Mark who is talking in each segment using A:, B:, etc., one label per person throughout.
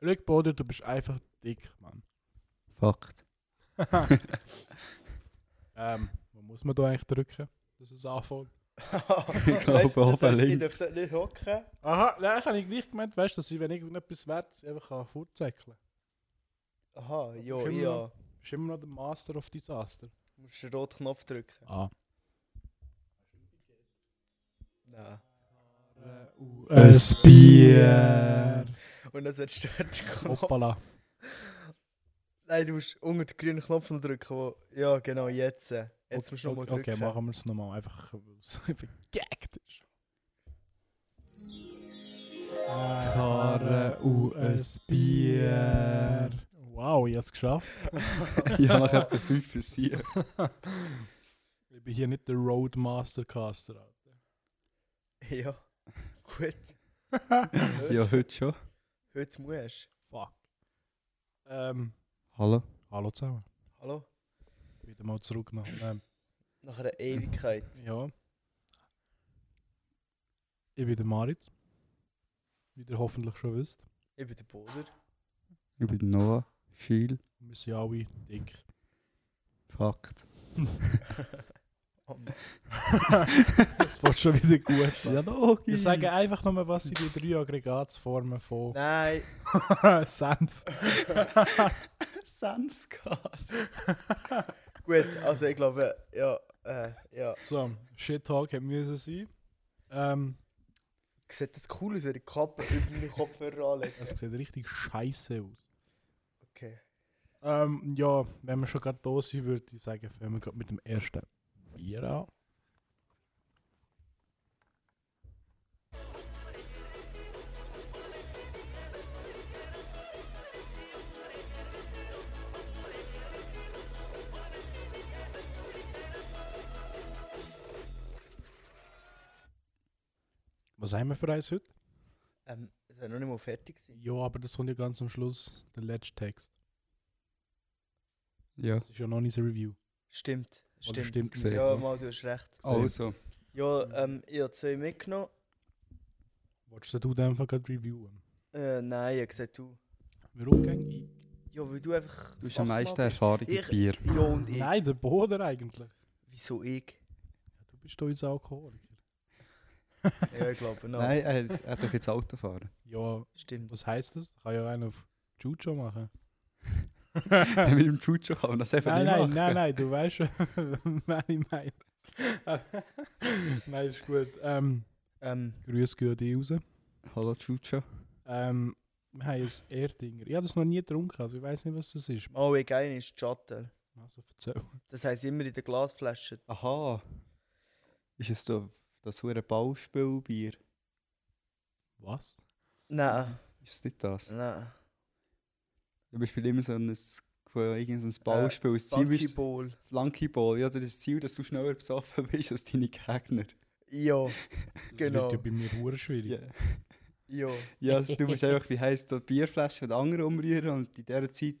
A: Schau, Bodo, du bist einfach dick, Mann.
B: Fakt.
A: ähm, wo muss man da eigentlich drücken, dass es anfängt?
B: Ich glaube, oben
C: Ich
B: links.
C: dürfte nicht hocken.
A: Aha, nein, ich habe nicht gemeint, weißt du, dass ich, wenn irgendetwas wert ist, einfach kann vorzäckeln
C: Aha, ja,
A: Ist immer
C: ja.
A: kann. Ist immer noch der Master of Disaster.
C: Du musst den roten Knopf drücken.
A: Ah.
C: Nein.
A: Äh, Ein Bier!
C: Und dann setzt du den Knopf.
A: Hoppala.
C: Nein, du musst unter den grünen Knopf noch drücken. Wo... Ja, genau, jetzt. Jetzt musst du nochmal
A: okay,
C: drücken.
A: Okay, machen wir es nochmal, einfach weil es einfach gaggt ist. Karre und ein Bier. Wow, ich habe es geschafft.
B: ja, nach etwa 5 bis 7.
A: Ich bin hier nicht der Roadmastercaster.
C: Ja. Gut.
B: Ja, heute schon.
C: Heute musst
A: Fuck. Ähm,
B: Hallo?
A: hallo zusammen.
C: du. Hallo?
A: Wieder mal zurück nach. Ähm,
C: Nach einer Ewigkeit.
A: ja. Ich bin der Maritz. Wie ihr hoffentlich schon wisst.
C: Ich bin der Boder.
B: Ich bin Noah. Viel.
A: Wir sind alle dick.
B: Fakt.
C: Oh,
A: Das war schon wieder gut.
B: Ja, logisch.
A: Ich sage einfach nochmal, was sind die drei Aggregatsformen von
B: Oh.
C: Nein.
A: Senf.
B: Senfgas.
C: Gut, also ich glaube, ja. Äh, ja.
A: So, Shit Talk hätte müssen sein. Ähm,
C: Sieht das cool aus, wenn ich die Kappe über meinen Kopfhörer anlege?
A: es sieht richtig scheiße aus.
C: Okay.
A: Ähm, ja, wenn wir schon gerade da sind, würde ich sagen, fangen wir gerade mit dem ersten Bier an. Was haben wir für eins heute?
C: Ähm, es wäre noch nicht mal fertig gewesen.
A: Ja, aber das kommt ja ganz am Schluss, der letzte Text.
B: Ja,
A: Das ist ja noch nicht das Review.
C: Stimmt.
A: Oder
C: Stimmt.
A: stimmt
B: Sehr
C: Ja,
B: gut.
C: mal, du hast recht.
B: also.
C: Ja, ähm, ich habe zwei mitgenommen.
A: Wolltest du den einfach gerade reviewen?
C: Äh, nein, ich habe gesagt, du.
A: Warum gegen ich?
C: Ja, weil du einfach.
B: Du hast am
C: Fachmann
B: meisten
C: bist.
B: Erfahrung
C: Ich-
B: mit Bier.
C: Ja, und ich.
A: Nein, der Boden eigentlich.
C: Wieso ich?
A: Du bist doch jetzt Alkoholiker.
C: Ja, ich glaube, nein.
B: Nein, er, er darf jetzt Auto fahren.
A: Ja,
C: Stimmt.
A: was heisst das? Kann ja einer auf Jujo machen.
B: Dann
A: nein,
B: mit dem Chucho kann man das eben
A: nein, nein,
B: nicht machen.
A: nein, du weißt schon, wen ich meine. nein, ist gut. Ähm,
C: Ähm,
A: Grüß gehen an dich raus.
B: Hallo Chucho.
A: Ähm, wir haben ein Erdinger. Ich habe das noch nie getrunken, also ich weiß nicht, was das ist.
C: oh, ich gehe ist Schatten.
A: Also erzähl.
C: Das heisst immer in der Glasflasche.
B: Aha. Ist es da das hure Bauspielbier?
A: Was?
C: Nein,
B: Ist es nicht das?
C: nein.
B: Zum Beispiel immer so ein, so ein Bauspiel. das Ziel
C: Funky
B: ist
C: Ball.
B: Flankyball. Ja, das ist das Ziel, dass du schneller besoffen bist als deine Gegner.
C: Ja,
A: Das
C: Genau.
A: wird ja bei mir hure schwierig.
B: Ja,
C: ja.
B: ja also du musst einfach, wie heisst das, Bierflaschen mit anderen umrühren und in dieser Zeit.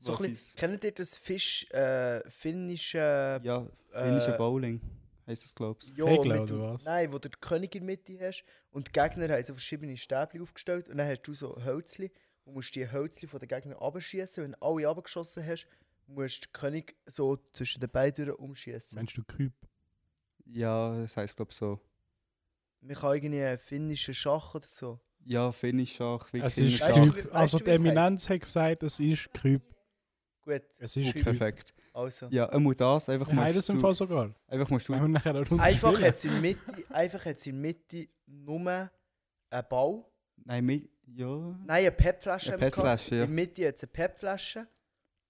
C: So
B: was
C: ein
B: ist
C: bisschen, kennt ihr das Fisch, äh, finnische.
B: Ja, finnische
C: äh,
B: Bowling heisst das, glaube ich.
C: Ja,
A: Kegel
C: mit
A: oder
C: dem,
A: was?
C: Nein, wo du den König in der Mitte hast und die Gegner haben so verschiedene Stäbchen aufgestellt und dann hast du so Hölzchen und musst die Hölzchen von den Gegnern abschießen. Wenn du alle abgeschossen hast, musst du den König so zwischen den beiden umschießen.
A: Meinst du Küb?
B: Ja, das heisst, glaube ich, so.
C: Man kann irgendwie einen finnischen Schach oder so.
B: Ja, finnisch Schach, wie
A: Es ist
B: Schach.
C: Weißt du, wie-
A: Küb.
C: weißt
A: Also
C: du,
A: die
C: wie es
A: Eminenz hat gesagt, es ist Küb.
C: Gut,
A: Es ist
B: Oh,
A: Küb.
B: perfekt.
C: also.
B: Ja, einmal das, einfach
A: Nein, das
B: musst
A: im
B: du-
A: Fall sogar.
B: Einfach musst du
A: Wenn wir nachher eine Runde
C: Einfach
A: spielen.
C: hat sie in der Mitte, einfach hat sie in der Mitte nur einen Ball.
B: Nein, mit. Ja.
C: Nein, eine PEP-Flasche.
B: Eine
C: haben wir gehabt.
B: PET-Flasche, ja.
C: In der Mitte jetzt eine PEP-Flasche.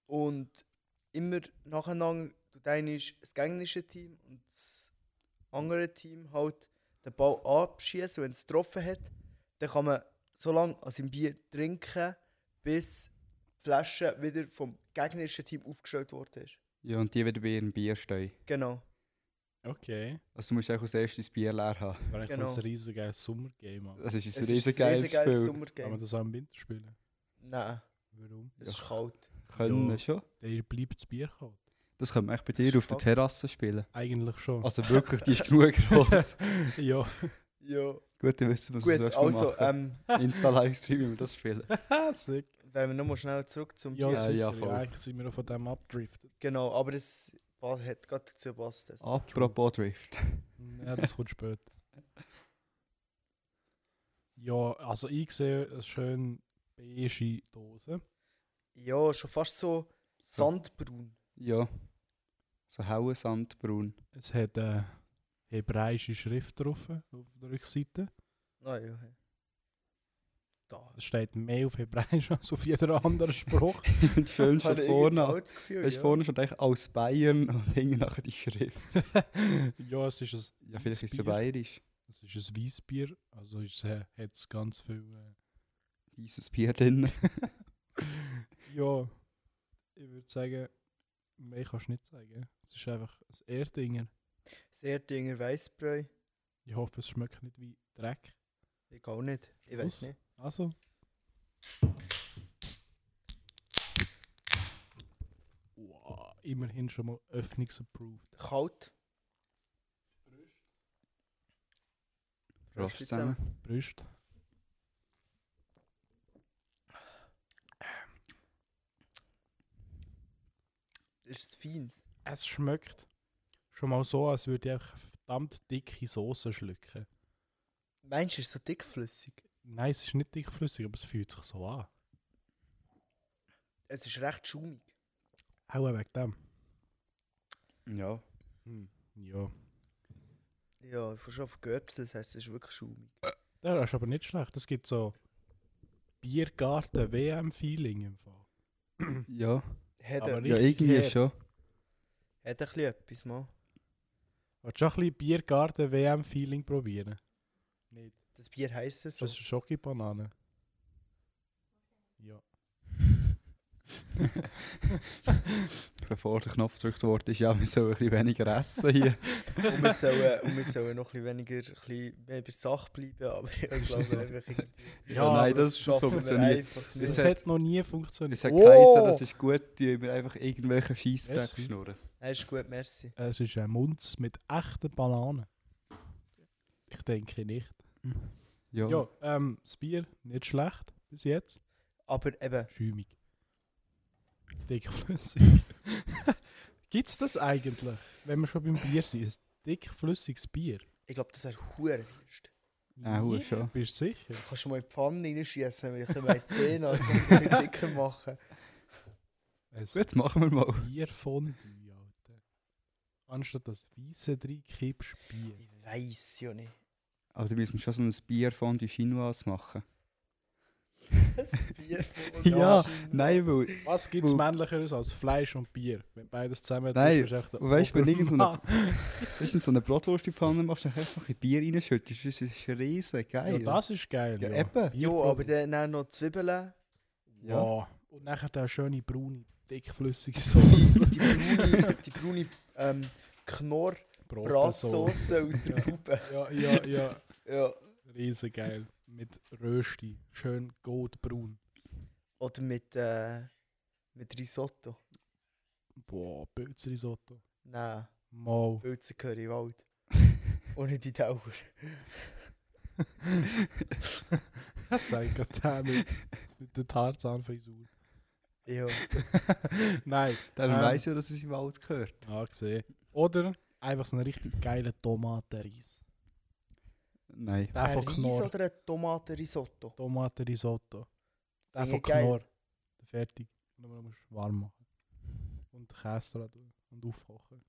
C: Und immer nacheinander, du denkst, das gegnerische Team und das andere Team halt den Ball abschießen. Wenn es getroffen hat, dann kann man so lange an seinem Bier trinken, bis die Flasche wieder vom gegnerischen Team aufgestellt worden ist.
B: Ja, und die wieder bei ihrem Bier stehen.
C: Genau.
A: Okay.
B: Also du musst auch als erstes Bier leer haben.
A: Das wäre eigentlich
C: Genau.
A: so ein riesengeiles Sommergame. Mann.
B: Das ist ein
C: ist ein
B: riesengeiles
C: riesengeiles
B: Spiel.
A: Kann man
C: Sommergame.
A: das auch im Winter spielen?
C: Nein,
A: Warum?
C: es ist
B: Ja.
C: kalt.
B: Können
A: Ja.
B: schon.
A: Der bleibt das Bier kalt.
B: Das können wir echt bei
C: Das ist
B: dir auf der
C: fuck-
B: Terrasse spielen.
A: Eigentlich schon.
B: Also wirklich, die ist genug groß.
A: ja,
C: Ja.
B: Gut, ihr wisst, was wir
C: Gut,
B: das nächste Mal
C: also,
B: machen.
C: ähm,
B: Insta-Livestream, wie wir das spielen.
A: Sick.
C: wenn wir nochmal schnell zurück zum
A: Ja,
C: Tier-
A: sicher.
B: ja,
A: ja,
B: voll.
A: eigentlich sind wir noch von dem abgedriftet.
C: Genau, aber das pa- hat gerade dazu passt.
B: Ah.
C: Das.
B: Apropos Drift.
A: Ja, das kommt später. Ja, also ich sehe eine schöne beige Dose.
C: Ja, schon fast so sandbraun.
B: Ja. So hauer Sandbraun.
A: Es hat eine hebräische Schrift drauf auf der Rückseite.
C: Ah, ja. ja. Da.
A: Es steht mehr auf Hebräisch als auf jeder anderen Spruch.
B: Und schön schon
C: Habe ich irgendwie auch
B: vorne.
C: das Gefühl,
B: Weißt du,
C: ja.
B: vorne schon eigentlich aus Bayern und hängen nachher die Schrift.
A: ja, es ist ein,
B: Ja, vielleicht ist es
A: Bier.
B: bayerisch.
A: es ist ein Weissbier. Also ist, äh, hat es ganz viel. Äh,
B: Weißes Bier drin.
A: Ja, ich würde sagen, mehr kannst du nicht sagen. Es ist einfach ein Erdinger.
C: Sehr dinger Weißbräu.
A: Ich hoffe, es schmeckt nicht wie Dreck.
C: Ich auch nicht. Ich
A: Schluss.
C: weiß nicht.
A: Also, wow, immerhin schon mal öffnungsapproved.
C: Kalt.
B: Prost zusammen.
A: Brüst.
C: Ist es fein.
A: Es schmeckt schon mal so, als würde ich einfach verdammt dicke Soße schlucken.
C: Meinst du, es ist so dickflüssig?
A: Nein, es ist nicht dickflüssig, aber es fühlt sich so an.
C: Es ist recht schaumig.
A: Auch wegen dem.
B: Ja.
A: Hm, Ja.
C: Ja, ich habe schon von Göpsel, das heisst, es ist wirklich schaumig.
A: Ja, Das ist aber nicht schlecht. Es gibt so Biergarten-WM-Feeling im Fall.
C: Hm.
B: Ja.
C: Hat
A: Aber
C: er-
B: Ja,
A: Richtig
B: irgendwie
C: hat-
B: schon.
C: Hat ein bisschen etwas, mal.
A: Willst du auch ein bisschen Biergarten-WM-Feeling probieren? Nicht.
C: Das Bier heisst es so.
A: Das ist Schokibanane. Ja.
B: Bevor der Knopf gedrückt wurde, ist ja, wir sollen ein bisschen weniger essen hier.
C: Und wir sollen, und wir sollen noch ein bisschen weniger, ein bisschen mehr bei der Sache bleiben, aber ich glaube einfach irgendwie.
A: Ja,
B: nein,
A: aber
B: das, ist das
C: schaffen wir
B: funktioniert.
C: einfach
A: Das,
B: Das
C: nicht.
A: hat,
B: hat-
A: noch nie funktioniert.
B: Es hat
A: Oh,
B: geheißen, das ist gut, die wir einfach irgendwelche Scheißdreck
A: Merci.
B: schnurren.
C: Nein, ist gut, merci.
A: Es ist ein Munz mit echten Bananen. Ich denke nicht.
B: Ja.
A: Ja, ähm, das Bier nicht schlecht bis jetzt.
C: Aber eben,
A: Schäumig. Dickflüssig. Gibt's das eigentlich, wenn wir schon beim Bier sind? Ein dickflüssiges Bier?
C: ich glaube, das ist hure wüst.
B: Ah, hu, schon.
A: Bist du sicher?
C: Du kannst schon mal in die Pfanne reinschießen, wenn ich mal Zähne als kannst du ein bisschen dicker machen.
A: Ein
B: Gut, jetzt machen wir mal.
A: Bier von dir, Alter. Anstatt das weiße drei kippst Bier.
C: Ich weiß ja nicht.
B: Aber dann müssen Also, wir schon so ein Bier von die Chinois machen.
C: Das Bier von
B: Ja,
C: Orangen.
B: Nein, weil
A: Was gibt's
B: Wo-
A: männlicheres als Fleisch und Bier? Wenn beides zusammen
B: Nein,
A: tust, bist du echt ein
B: weißt du, wenn irgend so eine-
A: Obermann.
B: Weißt du, so eine Brotwurst in die Pfanne machst, dann einfach ein Bier reinschüttest, das ist riesig
A: Ja,
B: geil.
A: das ist geil.
B: Ja, eben.
C: Jo, aber dann auch noch Zwiebeln.
B: Ja.
A: Ja. Und nachher der schöne braune, dickflüssige Soße.
C: Die braune, die braune ähm, Knorr-Bratsauce
A: Bratensoße.
C: aus der Puppe.
A: Ja, ja, ja.
C: Ja.
A: Riesig geil. Mit Rösti. Schön goldbraun.
C: Oder mit, äh, mit Risotto.
A: Boah, Pilzrisotto.
C: Nein,
A: Mau.
C: Pilze gehören in den Wald. Ohne die Dauer.
A: Das sagt gerade der mit, mit der Tarzanfrisur.
C: Ja.
A: Nein.
B: Dann
A: ähm,
B: weiss ja, dass es im Wald gehört.
A: Ja, gesehen. Oder einfach so einen richtig geilen Tomatenreis.
B: Nein.
A: Der
C: ein
A: von
C: Reis
A: Knorr.
C: oder ein Tomatenrisotto?
A: Tomatenrisotto. Der
C: Finde
A: von
C: ich geil.
A: Knorr. Fertig. Nur man muss warm machen. Und Käse dran tun. Und aufkochen.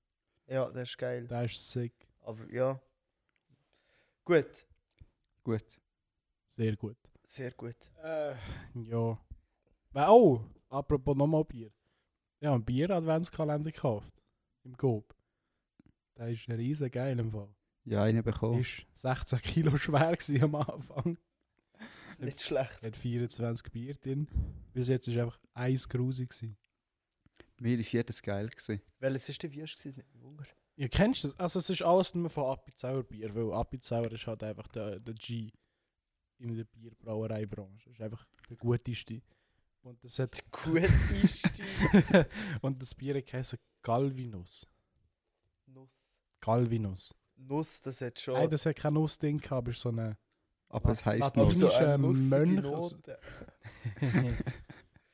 C: Ja, das ist geil.
A: Der ist sick.
C: Aber ja. Gut.
B: Gut.
A: Sehr gut.
C: Sehr gut.
A: Äh, ja. Weil, oh, apropos nochmal Bier. Ich habe einen Bier-Adventskalender gekauft. Im Coop. Der ist riesig geil im Fall.
B: Ja, einen bekommen.
A: Ist 16 Kilo schwer gewesen am Anfang.
C: Nicht schlecht.
A: Hat 24 Bier drin. Bis jetzt war einfach eins grusig. gewesen.
B: Mir war jedes geil. Gewesen.
C: Welches ist der Wüst? gewesen? Nicht Hunger.
A: Ja, kennst du das? Also, es ist alles nur von Apizauer Bier, weil Apizauer ist halt einfach der, der G in der Bierbrauereibranche. Das ist einfach der guteste. Und das hat
C: Gut ist die
A: Und das Bier heisst Galvinus.
C: Nuss.
A: Galvinus.
C: Nuss, das hat schon.
A: Nein, das hat keine Nuss drin gehabt, aber ist so eine
B: Aber es
A: Lass-
B: heisst
C: Aber
A: Ob
B: nichts.
A: lass-
C: so
A: es
C: eine
A: ein
C: nussige
A: Mönch
C: Note.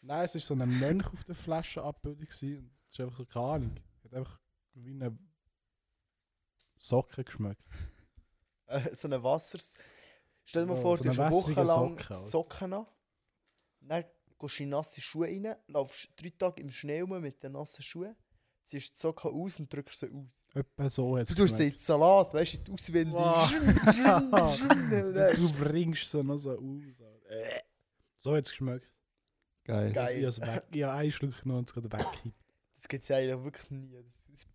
A: Nein, es war so ein Mönch auf der Flaschenabbildung. gewesen und Es ist einfach so keine Ahnung. Hat einfach wie eine Socke geschmeckt.
C: Äh, so eine Wassers. Stell dir mal
A: Ja,
C: vor,
A: so
C: du hast
A: eine
C: eine Woche
A: wässrige
C: lang
A: Socke, Alter.
C: Socken an. Dann gehst du in nasse Schuhe rein, laufst drei Tage im Schnee rum mit den nassen Schuhen, ziehst die Socken aus und drückst sie aus. Also,
A: Etwa so hat
C: Du
A: es
C: tust sie in den Salat, weißt du, in die Auswinde.
A: Wow.
C: Und dann-
A: Du bringst sie noch so aus. Alter. Äh. So hat es geschmeckt.
B: Geil.
C: Geil.
A: Ich habe einen Schluck genommen und es gerade weggekippt.
C: Das gibt es ja eigentlich wirklich nie. Das ist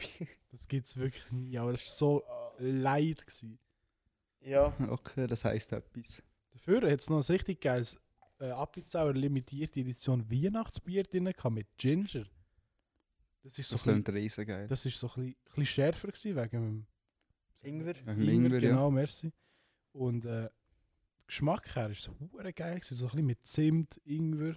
A: Das gibt es wirklich nie, aber das war so leid. Gewesen.
C: ja,
B: Okay, das heisst etwas.
A: Dafür hat es noch ein richtig geiles äh, Appenzeller limitierte Edition Weihnachtsbier drin gehabt mit Ginger. Das ist so,
B: Das
A: das ein
B: klingt riesen geil.
A: das ist so ein bisschen, bisschen schärfer gewesen wegen
C: Ingwer.
A: dem
B: Wegen dem Ingwer, ja.
A: Genau, merci. Und äh, Geschmack her ist so hure geil gewesen, so ein bisschen mit Zimt, Ingwer.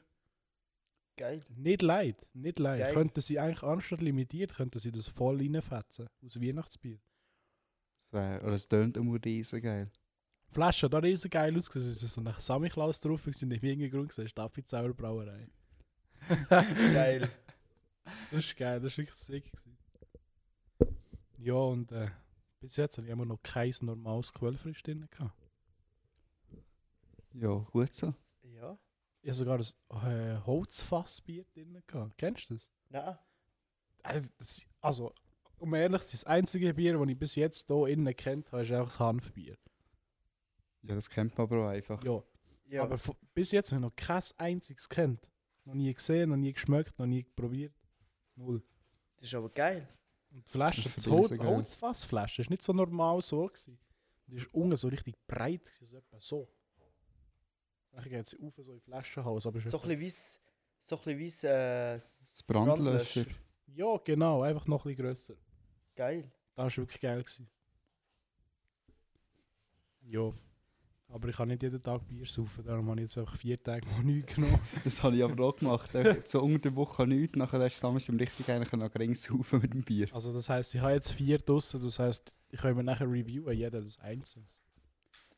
C: Geil.
A: Nicht leid, nicht leid.
C: Geil.
A: Könnten sie eigentlich anstatt limitiert, könnten sie das voll reinfetzen aus Weihnachtsbier.
B: Das wär- Oder es tönt immer riesen geil.
A: Die Flasche hat auch riesen geil ausgesehen. Es ist so ein Samichlaus drauf, ich nicht irgendeinen Grund gesehen. Staffelsauer Brauerei.
C: Geil.
A: Das ist geil, das ist wirklich sick. gewesen. Ja, und äh, bis jetzt habe ich immer noch kein normales Quellfrisch drin gehabt.
B: Ja, gut so.
C: Ja?
A: Ich habe sogar ein äh, Holzfassbier drin gehabt. Kennst du das?
C: Nein.
A: Äh, das? Also, um ehrlich zu sein, das einzige Bier, das ich bis jetzt hier innen kennt habe, ist einfach das Hanfbier.
B: Ja, das kennt man aber auch einfach.
A: Ja,
C: Ja.
A: aber vo- bis jetzt habe ich noch kein einziges kennt. Noch nie gesehen, noch nie geschmeckt, noch nie probiert. Null.
C: das ist aber geil.
A: Und die Flasche,
B: Das
A: das
B: ist
A: Holz,
B: riesig, ja.
A: Holzfassflasche, ist nicht so normal so gewesen. Die ist unten so richtig breit gewesen, so etwa so. Ich gehe jetzt auf so in Flaschenhaus, aber ist
C: So
A: etwa-
C: ein bisschen weiss, so ein bisschen weiss, äh,
B: Das Brandlöscher.
A: Ja, genau, einfach noch ein bisschen grösser.
C: Geil.
A: Das war wirklich geil. Gewesen. Ja. Aber ich kann nicht jeden Tag Bier saufen, darum habe ich jetzt einfach vier Tage mal nichts genommen.
B: Das habe ich aber auch gemacht. Echt, so unter der Woche nichts, nachher hast du samstags im richtig eigentlich noch gering saufen mit dem Bier.
A: Also das heisst, ich habe jetzt vier draussen, das heisst, ich kann mir nachher reviewen, jeder das einzelne.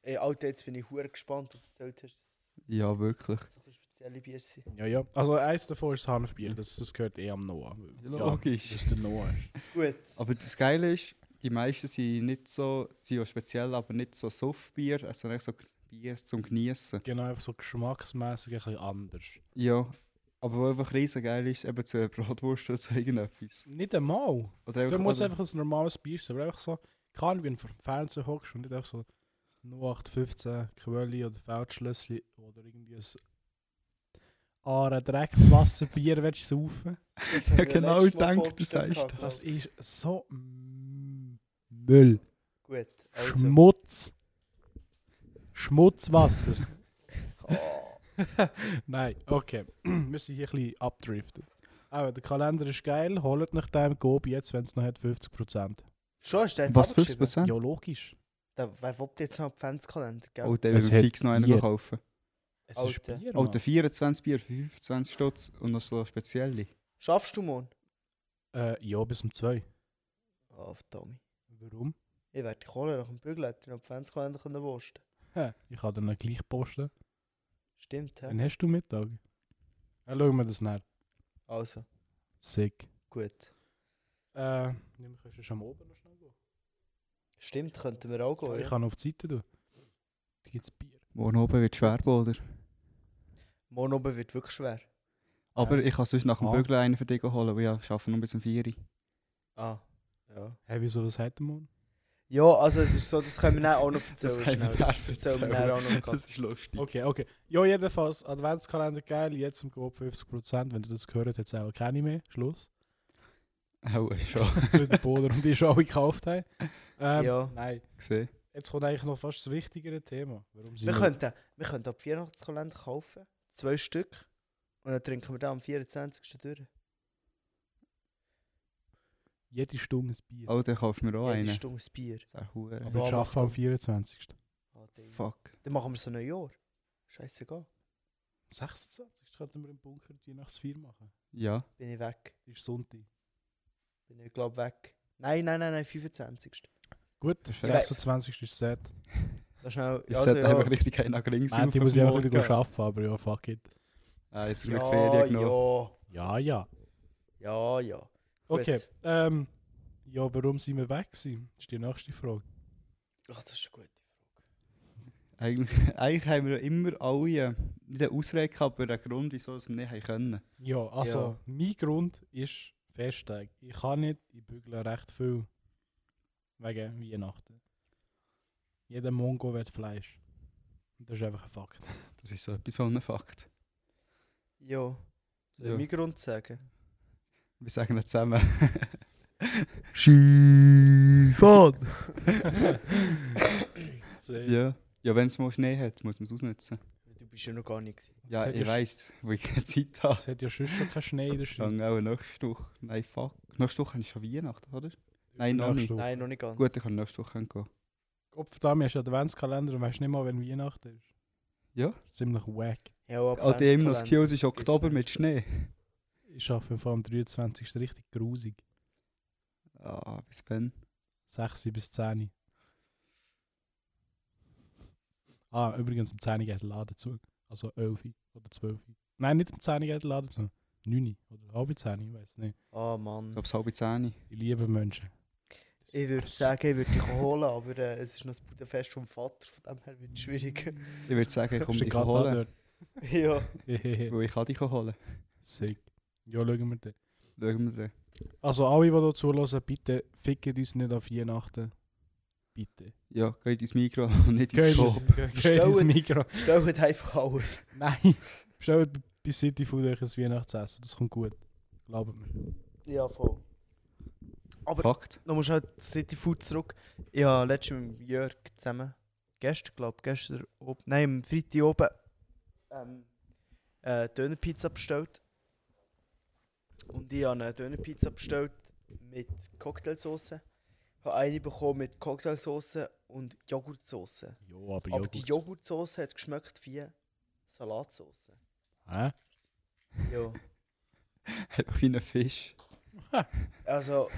C: Ey, Alter, jetzt bin ich hure gespannt, ob du erzählt hast, dass
B: Ja, wirklich.
C: es so ein bisschen spezielle Bier sind.
A: Ja, ja. Also eins davon ist das Hanfbier, das, das gehört eh am Noah.
B: Ja, logisch.
A: das ist der Noah.
C: Gut.
B: Aber das Geile ist, die meisten sind nicht so, sind ja speziell, aber nicht so Softbier, also nicht so Bier zum Genießen.
A: Genau, einfach so geschmacksmäßig ein bisschen anders.
B: Ja, aber was einfach riesen geil ist, eben zu einer Bratwurst oder so irgendetwas.
A: Nicht einmal.
B: Oder
A: Du musst
B: oder-
A: einfach ein normales Bier sein, aber einfach so, kann wie du vor dem Fernseher hockst und nicht einfach so 0815 Quelle oder Feldschlössli oder irgendwie ein Aare Dreckswasserbier willst du saufen.
C: Das haben wir
B: genau,
C: letztes
B: ich
C: Mal
B: denke, das
C: vorgestellt
B: heißt
C: gehabt.
A: Das ist so mm, Müll.
C: Gut, also.
A: Schmutz. Schmutzwasser.
C: Oh,
A: Nein, okay. Wir sind hier ein bisschen abdriften. Aber der Kalender ist geil, holt nach dem Gobi jetzt, wenn es noch hat, 50%.
C: schon hast du jetzt
B: Was,
C: abgeschrieben?
B: 50%?
A: Ja, logisch.
C: Da, wer will jetzt noch einen Adventskalender, gell?
B: Oh, der
A: Es
B: will mir
A: hat
B: fix noch einen
A: Bier.
B: kaufen.
A: Es
C: Alter.
A: ist Bier,
B: Oh,
A: Mann.
B: der 24 Bier für 25 Stutz und noch so spezielle.
C: Schaffst du morgen?
A: äh, ja, bis um 2.
C: Oh, verdammt.
A: Warum?
C: Ich werde die Kohle nach dem Bügel hätte ich noch Adventskalender können posten.
A: Hä, ich kann dann noch gleich posten.
C: Stimmt, hä?
B: ne.
A: Dann hast du Mittag. Dann schauen wir das nach.
C: Also,
A: Sick.
C: gut.
A: Äh, wir können schon am Oben noch schnell gehen.
C: Stimmt, könnten wir auch gehen.
A: ich
C: Ja?
A: kann auf die Seite tun. Da gibt es Bier.
B: Morgen oben wird schwer, oder?
C: Morgen oben wird wirklich schwer.
B: Aber ich kann sonst nach dem
A: Ah.
B: Bügeln einen für dich holen, weil ja, ich arbeite nur bis um 4 Uhr.
C: Ah. Ja.
A: Hä, wieso, was hat der Mann?
C: Ja, also es ist so, das können wir dann auch noch erzählen.
B: Das können wir
C: schnell. das
B: dann
C: erzählen wir
B: erzählen.
C: dann auch noch. ganz-
B: Das ist lustig.
A: Okay, okay. Ja, jedenfalls, Adventskalender geil, jetzt im Grob 50%. Wenn du das gehört hast, auch keine mehr. Schluss.
B: Auch oh, schon
A: Weil der Boder und ich schon alle gekauft haben. Ähm,
C: Ja.
A: Nein,
B: gesehen.
A: jetzt kommt eigentlich noch fast das wichtigere Thema. Warum sie
C: Wir
A: nicht-
C: könnten, wir könnten ab Weihnachtskalender kaufen. Zwei Stück. Und dann trinken wir da am 24. durch.
A: jede Stunde ein Bier.
B: Oh, dann kaufen wir auch
C: Jede
B: einen.
C: Stunde ein Bier.
B: Das ist auch hure-
A: Aber ich
C: Ja,
A: arbeite am
C: Achtung.
A: 24.
C: Ah, Ding.
B: Fuck.
C: Dann machen wir so ein Jahr. Scheißegal.
A: 26. könnten wir im Bunker die nachts 4 machen.
B: Ja,
C: Bin ich weg.
A: Ist Sonntag.
C: Bin ich, glaube weg. Nein, nein, nein, nein, 25.
A: Gut,
B: Das ist
A: 26. ist Set.
C: Das schnell.
B: Es
C: also,
B: sollte
C: ja.
B: einfach richtig einen an Grings
A: Nein, die
B: rauf
A: muss ich
B: am
A: einfach wieder
B: Morgen.
A: arbeiten, aber ja, fuck it.
B: Ah, jetzt wird
C: ja,
B: Ferien genommen.
A: Ja,
C: ja,
A: ja.
C: ja, ja.
A: Okay.
C: Gut.
A: Ähm, ja, warum sind wir weg gewesen? Das ist die nächste Frage.
C: Ach, das ist gut.
B: Eigentlich, eigentlich haben wir ja immer alle in der Ausrede gehabt, aber den Grund, wieso wir es nicht haben können.
A: Ja, also
C: Ja.
A: mein Grund ist Festtag. Ich kann nicht, ich bügle recht viel. Wegen Weihnachten. Jeder Mongo will Fleisch. Und Das ist einfach ein Fakt.
B: Das ist so etwas von einem Fakt.
C: Ja. Soll ich
B: Ja.
C: meinen Grund sagen?
B: Wir sagen das zusammen.
C: Skifahren!
A: Sehr.
B: ja. Ja, wenn es mal Schnee hat, muss man es ausnutzen.
C: Du bist ja noch gar nicht. Gewesen.
B: Ja,
A: hat
B: ich
A: ja sch-
B: weiss, wo ich keine Zeit habe.
A: Es hat ja sonst schon keinen Schnee in der
B: Ich
A: Schweiz.
B: kann auch nächste Woche. Nein, fuck. Nächste Woche habe ich schon Weihnachten, oder? Nein, noch
A: Nächste
B: nicht.
A: Woche.
C: Nein, noch nicht ganz.
B: Gut, ich kann nächste Woche gehen.
A: Kopf da, wir hast einen Adventskalender und weißt nicht mal, wenn Weihnachten ist.
B: Ja.
A: Das ist ziemlich wack.
C: ja, aber
B: Ah, die immer noch
C: Adventskalender.
B: Skills ist Oktober mit Schnee.
A: Ich arbeite vor am 23. richtig grusig.
B: Ah, bis wann?
A: 6 bis 10. Ah, übrigens, um 10 geht der Laden zu. Also 11 oder 12. Nein, nicht um 10 geht der Laden zu. 9 oder halb 10, ich weiß nicht.
C: Ah,
B: Ich
C: Mann.
B: glaube, es halbe zehn.
A: Ich liebe Menschen.
C: Ich würde sagen, ich würde dich holen, aber äh, es ist noch das Budafest vom Vater, von dem her wird es schwierig.
B: Ich würde sagen, ich komme
A: Ist
B: Um dich
A: gerade
B: holen.
C: ja.
A: da dort.
B: Weil ich kann dich holen.
A: Sick. Ja, schauen wir den.
B: Schauen wir dann.
A: Also alle, die hier zuhören, bitte ficken uns nicht auf Weihnachten. Bitte.
B: Ja, geht ins Mikro und nicht ins
A: Geht
B: Shop.
A: geht ins
C: Stellen-
A: Mikro.
C: Stellt einfach alles.
A: Nein. Bestellt bei- bei City Food euch ein Weihnachtsessen. Das kommt gut. Glaubt mir.
C: Ja, voll. Aber-
B: Fakt.
C: Noch mal schnell zu City Food zurück. Ich habe letztens mit dem Jörg zusammen, gestern glaube ich, gestern, ob, nein, am Freitag oben, ähm, äh, Dönerpizza bestellt. Und ich habe eine Dönerpizza bestellt mit Cocktailsauce. Ich habe eine bekommen mit Cocktailsauce und Joghurtsauce.
A: Jo, aber,
C: Aber die Joghurtsauce hat geschmeckt wie Salatsauce.
A: Hä?
C: Ja.
B: Einfach wie ein Fisch.
C: Also,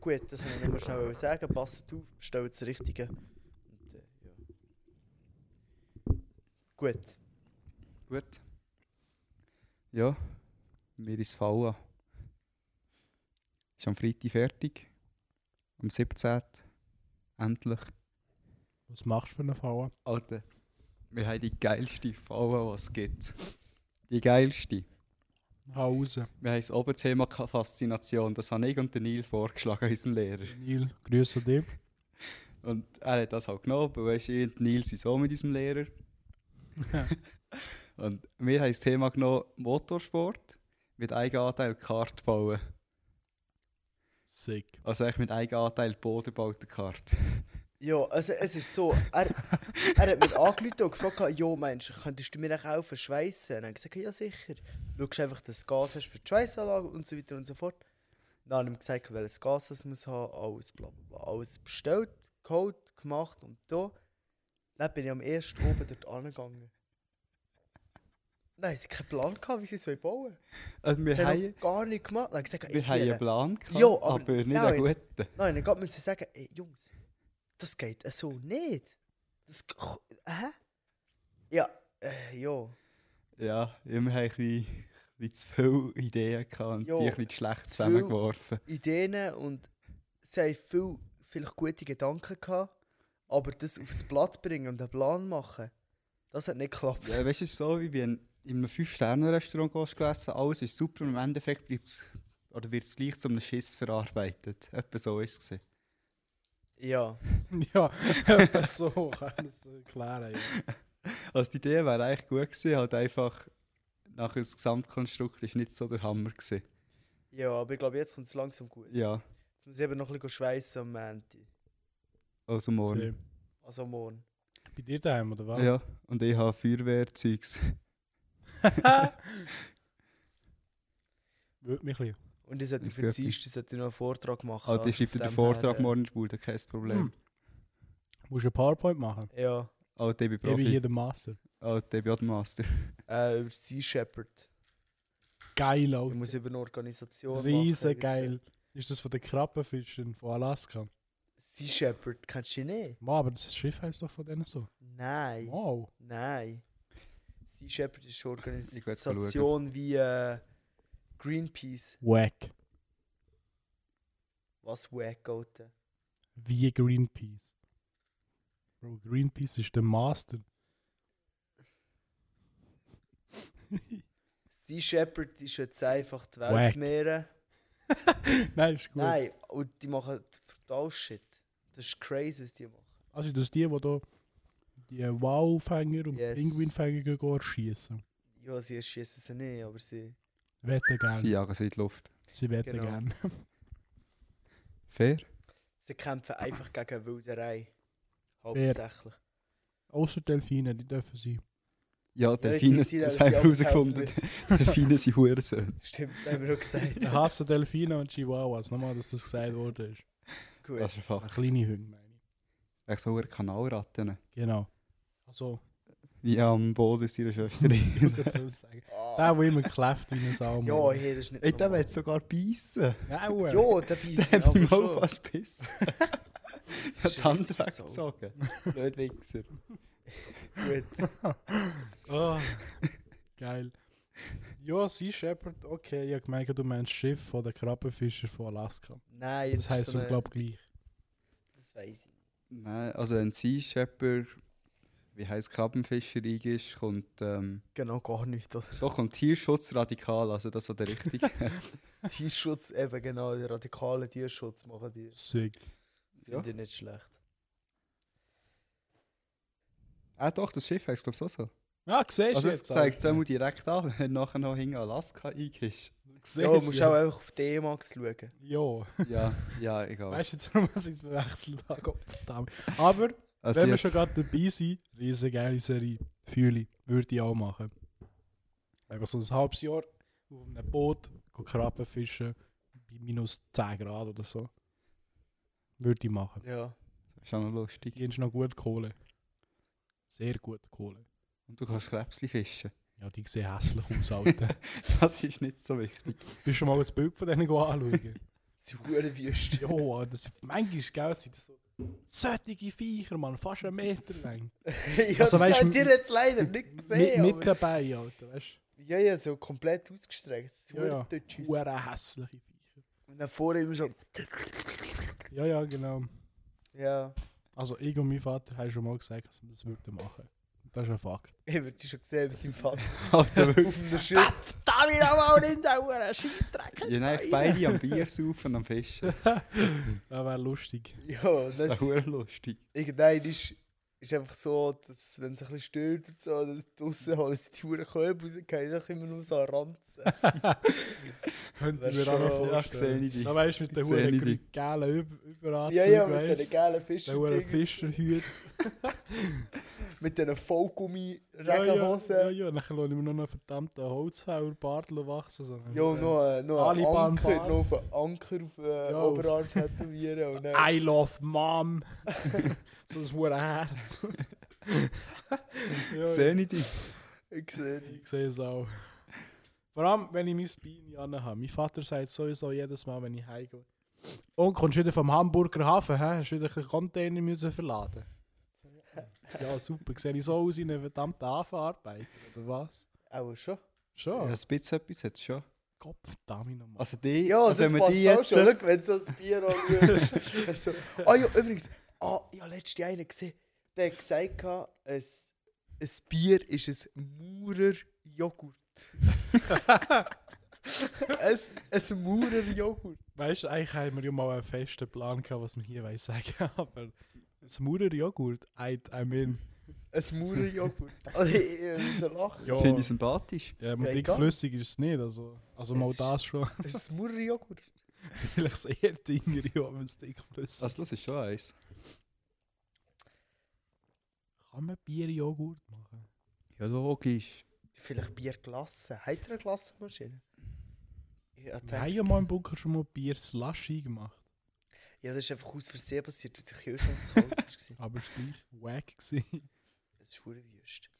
C: gut, das wollte ich nur schnell sagen. Passt auf, bestellt das Richtige. Und, äh, ja. Gut.
B: Gut. Ja, mir ist Fallen. Ist am Freitag fertig. Am 17. Endlich.
A: Was machst du für eine Frau?
B: Alter, wir haben die geilste Falle, die es gibt. Die geilste.
A: Hau raus.
B: Wir haben das Oberthema gehabt, Faszination. Das habe ich und der Neil vorgeschlagen, unserem Lehrer.
A: Neil, grüße dich.
B: Und er hat das halt genommen, weil weißt, ich und Nils sind so mit unserem Lehrer. und wir haben das Thema genommen Motorsport mit einem Anteil Kart bauen.
A: Sick.
B: Also eigentlich mit einem Anteil Boden baut der Kart.
C: Ja, also es ist so, er, er hat mich angerufen und gefragt, ja Mensch, könntest du mir auch helfen schweissen? Und ich gesagt, ja sicher. Schaust einfach, dass du Gas hast für die Schweissanlage und so weiter und so fort. Dann habe ich ihm gesagt, welches Gas es muss haben, alles bla bla bla. Alles bestellt, geholt, gemacht und da. Dann bin ich am ersten oben dort angegangen. Nein, sie hatten keinen Plan, gehabt, wie sie es bauen wollen.
B: Und wir
C: Sie haben
B: haben,
C: noch gar nichts gemacht. Dann habe ich gesagt,
B: wir
C: ich
B: haben
C: gehe.
B: einen Plan gehabt,
C: Ja, aber
B: aber, nicht
C: nein.
B: einen guten.
C: Nein, dann geht man sie sagen, ey, Jungs, das geht so nicht. Das k- k- hä? Ja, äh, ja.
B: Ja, immer haben wir ein bisschen, ein bisschen zu viele Ideen gehabt und
C: Ja,
B: die ein bisschen schlecht
C: zu viel.
B: zusammengeworfen.
C: Ideen und sie haben viel, vielleicht gute Gedanken gehabt, aber das aufs Blatt bringen und einen Plan machen, das hat nicht geklappt.
B: Ja, weißt du, es ist so, wie wenn du in einem 5-Sterne-Restaurant gehst gegessen, alles ist super und im Endeffekt bleibt's, oder wird es gleich zu einem Schiss verarbeitet. Etwa so ist es. gewesen.
C: Ja,
A: ja, etwa so kann man es erklären. Ja.
B: Also die Idee wäre eigentlich gut gewesen, halt einfach nachher das Gesamtkonstrukt ist nicht so der Hammer gewesen.
C: ja, aber ich glaube, jetzt kommt es langsam gut.
B: Ja,
C: Jetzt muss ich eben noch ein bisschen schweissen am Montag.
B: also morgen.
A: So,
C: Also morgen.
A: bei dir daheim, oder was?
B: Ja, und ich habe Feuerwehrzeugs.
A: Würde mich ein bisschen.
C: Und ich sollte
B: Ist
C: auf den
B: sehr
C: Dienstag sollte ich noch einen Vortrag machen.
B: Also ich schreibe
C: von
B: dir den
C: dem
B: Vortrag
C: her, äh,
B: morgen in die Bude, kein Problem.
A: Hm. Musst du ein PowerPoint machen?
C: Ja,
B: Alter, ich bin
A: Ich bin hier
B: Profi.
A: der Master.
B: Alter, ich bin auch der Master.
C: äh, über Sea Shepherd.
A: Geil,
C: Ich
A: Alter.
C: muss eben eine Organisation machen,
A: Riesen
C: wie gesagt.
A: geil. Ist das von den Krabbenfischen von Alaska?
C: äh, Sea Shepherd, kennst du die nicht?
A: Mann, aber das Schiff heisst doch von denen so.
C: Nein.
A: Wow.
C: Nein. Sea Shepherd ist eine
B: Ich werd's mal schauen.
C: Organisation wie äh, Greenpeace.
A: Wack.
C: Was wack, Alter.
A: Wie Greenpeace. Bro, Greenpeace ist der Master.
C: Sea Shepherd ist jetzt einfach die
A: Wack.
C: Weltmeere.
A: Nein, ist gut.
C: Nein, und die machen brutal Shit. Das ist crazy, was die machen.
A: Also das sind die, die da die Wow-Fänger und
C: Yes.
A: Pinguinfänger gehen gehen schiessen.
C: Ja, sie schießen sie nicht, aber sie.
A: Wetten
B: Sie
A: gern.
B: jagen sie in die Luft.
A: Sie wetten
C: Genau.
A: gern.
B: Fair?
C: Sie kämpfen einfach gegen Wilderei. Hauptsächlich.
A: Außer Delfine, die dürfen sie.
B: Ja,
C: Ja, jetzt
B: Delfine,
C: sind sie
B: das
C: dann-
B: haben
C: sie
B: wir
C: haben es auch
B: herausgefunden. Delfine sind Hurensöhne.
C: Stimmt, haben wir auch gesagt.
A: Ich hasse Delfine und Chihuahuas. Nochmal, dass das gesagt worden ist.
C: Gut.
B: Das ist einfach.
A: Kleine Hunde, meine ich.
B: Wegen so einer Kanalratten.
A: Genau. Also,
B: Wie am Boden seiner Schwester.
A: ich würde das sagen.
C: Ah.
A: Der, der immer kläfft wie ein
C: Ja,
A: Salmon.
C: hey, das ist nicht.
B: Ey, der
C: normal.
B: will sogar beißen.
A: Ja, ja.
C: Ja, der beißt
B: Der hat
C: aber
B: mich auch
C: schon.
B: fast gebissen. Ich
C: Das
B: habe
C: ist
B: die
C: schon
B: Hand
C: richtig so.
B: weggezogen. Blöd Wichser.
C: Gut.
A: Ah, Geil. Ja, Sea Shepherd, okay, ich habe gemerkt, du meinst Schiff von den Krabbenfischer von Alaska.
C: Nein,
A: Das
C: jetzt
A: heisst,
C: so
A: so
C: eine-
A: glaube gleich.
C: Das weiß ich. nicht.
B: Nein, also ein Sea Shepherd, wie heisst Krabbenfischerei ist, kommt, ähm,
C: Genau, gar nicht. Oder?
B: doch kommt Tierschutz radikal, also das, was der richtige.
C: Tierschutz, eben genau, der radikale Tierschutz machen die.
A: Sick.
C: Finde ich nicht schlecht.
B: ah doch, das Schiff heisst glaube ich so so.
A: Ja, Ah, siehst
B: Also
A: du
B: es
A: jetzt.
B: zeigt es einmal direkt an, wenn nachher noch hinten Alaska eingehst.
A: Siehst
C: Ja, du musst auch
A: jetzt.
C: einfach auf die E-Max schauen.
A: Ja,
B: Ja, ja, egal.
A: weißt du jetzt, warum ich es verwechselt habe? Gottverdammt. Aber,
B: Also
A: wenn wir
B: jetzt-
A: schon gerade dabei sind, riesige geile Serie. Fühle ich. Würde ich auch machen. Einfach so ein halbes Jahr auf einem Boot gehen Krabben fischen bei minus 10 Grad oder so. Würde ich machen.
C: Ja.
B: ist auch noch lustig.
A: Die ist noch gut Kohle. Sehr gut Kohle.
B: Und du kannst Krebsli fischen.
A: Ja, die sehen hässlich aus, Alter.
B: Das ist nicht so wichtig.
A: Bist du mal ein Bild von denen anschauen?
C: Sie hure wüst.
A: ja, Alter, das ist, manchmal gell, sind das so solche Viecher, Mann, fast einen Meter lang.
C: ja,
A: Also,
C: also,
A: weisst
C: weißt
A: du,
C: du, dir jetzt leider nicht
A: Mit,
C: gesehen.
A: mit
C: aber-
A: dabei, Alter, weißt
C: Ja, ja, so komplett ausgestreckt. Sie
A: Ja, ja.
C: hure Deutsches.
A: du? Hure hässliche Viecher.
C: Und dann vorne immer so.
A: Ja, ja, genau.
C: Ja.
A: Also ich und mein Vater haben schon mal gesagt, dass wir das würden machen. Und Das ist ein Fakt.
C: Ich würde dich schon gesehen mit deinem Vater.
B: Alter, Halt wirklich.
C: auf dem Schiff.
A: Da will ich mal nicht, der Hure, Scheissdreck.
B: Ja, nein, beide am Bier saufen und am Fischen.
A: Das wäre lustig.
C: Ja,
B: Das ist
C: das
B: auch verdammt lustig.
C: irgendein ist, ist einfach so, dass wenn es ein bisschen stört und so, dann draussen holen sie die Huren Körbe raus, gehen sie auch immer nur so an Ranzen.
A: Könnte ich
C: Wär
A: mir auch noch
C: schon-
B: Ja,
A: vorstellen.
B: sehe ich dich.
A: Da weißt du, mit den
B: Sehe ich
A: hohen
B: dich.
A: geilen Üb- Überanzug,
C: ja, ja, mit
A: Ah, weißt
C: diesen geilen
A: Der hohe
C: Fischen.
A: Fischerhüte.
C: Mit diesen
A: Ja, ja,
C: Vollgummi-Regenhosen.
A: ja, ja. Dann lasse ich mir noch einen verdammten Holzhauerbart wachsen. So. einen-
C: Ja, noch, äh, noch einen
A: Taliban
C: Anker,
A: Bar.
C: noch einen Anker auf den
A: Ja, auf-
C: Oberarm tätowieren. Und dann,
A: I love Mom. so ein hohe Herz. ja,
B: Sehe ich dich.
C: ich sehe die.
A: Ich sehe es auch. Vor allem, wenn ich mein Bein an habe. Mein Vater sagt sowieso jedes Mal, wenn ich heimgehe. Und kommst wieder vom Hamburger Hafen, hä? hast wieder einen Container müssen verladen. Ja, super. Sehe ich so aus in einer verdammten Hafenarbeit, oder was?
C: Auch schon.
B: Ja,
A: Schon.
B: ein bisschen etwas hat es schon.
A: Kopf, Dami nochmal.
B: Also die,
C: Ja,
B: also
C: das
B: wenn wir
C: passt
B: die
C: auch
B: jetzt...
C: schon, schau, wenn du so ein Bier anschaust. so. Ah ja, übrigens, ah, ich habe letztens einen gesehen, der hat gesagt, gehabt, ein, ein Bier ist ein Maurer-Joghurt. ein, ein Maurer-Joghurt.
A: Weißt du, eigentlich haben wir ja mal einen festen Plan gehabt, was wir hier wollen sagen aber das Maurer Joghurt, I, I mean.
C: Ein Maurer-Joghurt. Also, ich, ich muss so lachen.
A: Ja,
B: äh, Finde ich sympathisch.
A: ja aber
C: Ja, egal.
A: dickflüssig ist es nicht. Also, also mal
C: Es ist-
A: das schon.
C: Es ist ein Maurer-Joghurt.
A: Vielleicht das Erdinger, ja, wenn es dickflüssig
B: Also das ist schon eins.
A: Kann man Bierjoghurt machen?
B: Ja, logisch.
C: Vielleicht Bierglasse. Habt ihr eine Glassenmaschine? Ich hab
A: Wir
C: gedacht-
A: haben ja mal im Bunker schon mal Bier slushy gemacht.
C: Ja, das ist einfach aus Versehen passiert, weil der Kühlschrank zu kalt war.
A: Aber es war gleich wack. Gewesen.
C: Es ist verdammt wüst.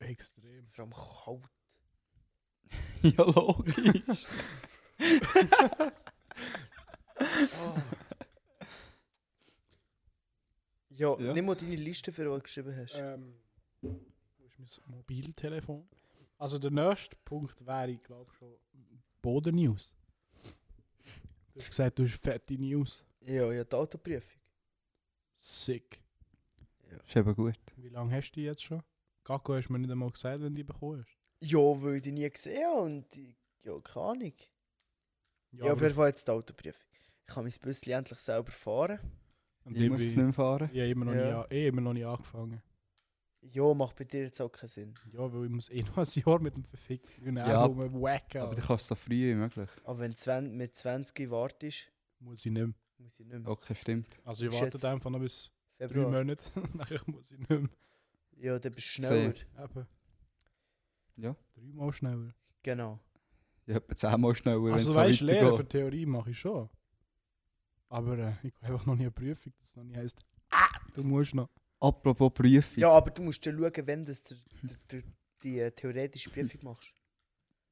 A: Extrem.
C: Vor allem kalt.
B: Ja, logisch.
C: Ah, Ja,
B: Ja.
C: nimm mal deine Liste für, die du geschrieben hast.
A: Ähm, wo ist mein Mobiltelefon? Also der nächste Punkt wäre, ich glaube schon, Boden-News. Du hast gesagt, du hast fette News.
C: Ja, ja, die Autoprüfung.
A: Sick.
B: Ist eben gut.
A: Wie lange hast du die jetzt schon? Gakko hast du mir nicht einmal gesagt, wenn du die bekommen hast.
C: Ja, weil ich die nie gesehen habe und ich, ja, keine Ahnung. Ja, auf
A: aber-
C: jeden Fall jetzt die Autoprüfung. Ich kann mein Büsschen endlich selber fahren.
A: und
B: Ich muss es nicht mehr fahren.
A: ich habe immer, noch
C: Ja.
A: nicht an- eh immer noch nicht angefangen.
C: Ja, macht bei dir jetzt auch keinen Sinn.
A: Ja, weil ich muss eh noch ein Jahr mit dem verfickten grünen
B: Ja,
A: Auge rumwacken.
B: Aber du
A: Alter.
B: kannst so früh wie möglich.
C: Aber wenn du zwen- mit 20 wartest,
A: Muss ich nicht mehr.
C: muss ich nicht mehr.
B: Okay, stimmt.
A: Also ich
C: Ist
A: warte
C: jetzt
A: einfach noch bis drei
C: Februar.
A: Monate. Nachher muss ich nicht mehr.
C: Ja, dann bist du schneller.
A: Eben.
B: Ja.
A: Dreimal schneller.
C: Genau.
B: Ich habe zehnmal schneller, wenn es
A: also
B: so
A: weißt du, Lehre für
B: weitergeht.
A: Theorie mache ich schon. Aber äh, ich habe einfach noch nie eine Prüfung, das noch nicht heisst, ah, du musst noch.
B: Apropos Prüfung.
C: Ja, aber du musst dann schauen, wenn du die, die, die äh, theoretische Prüfung machst.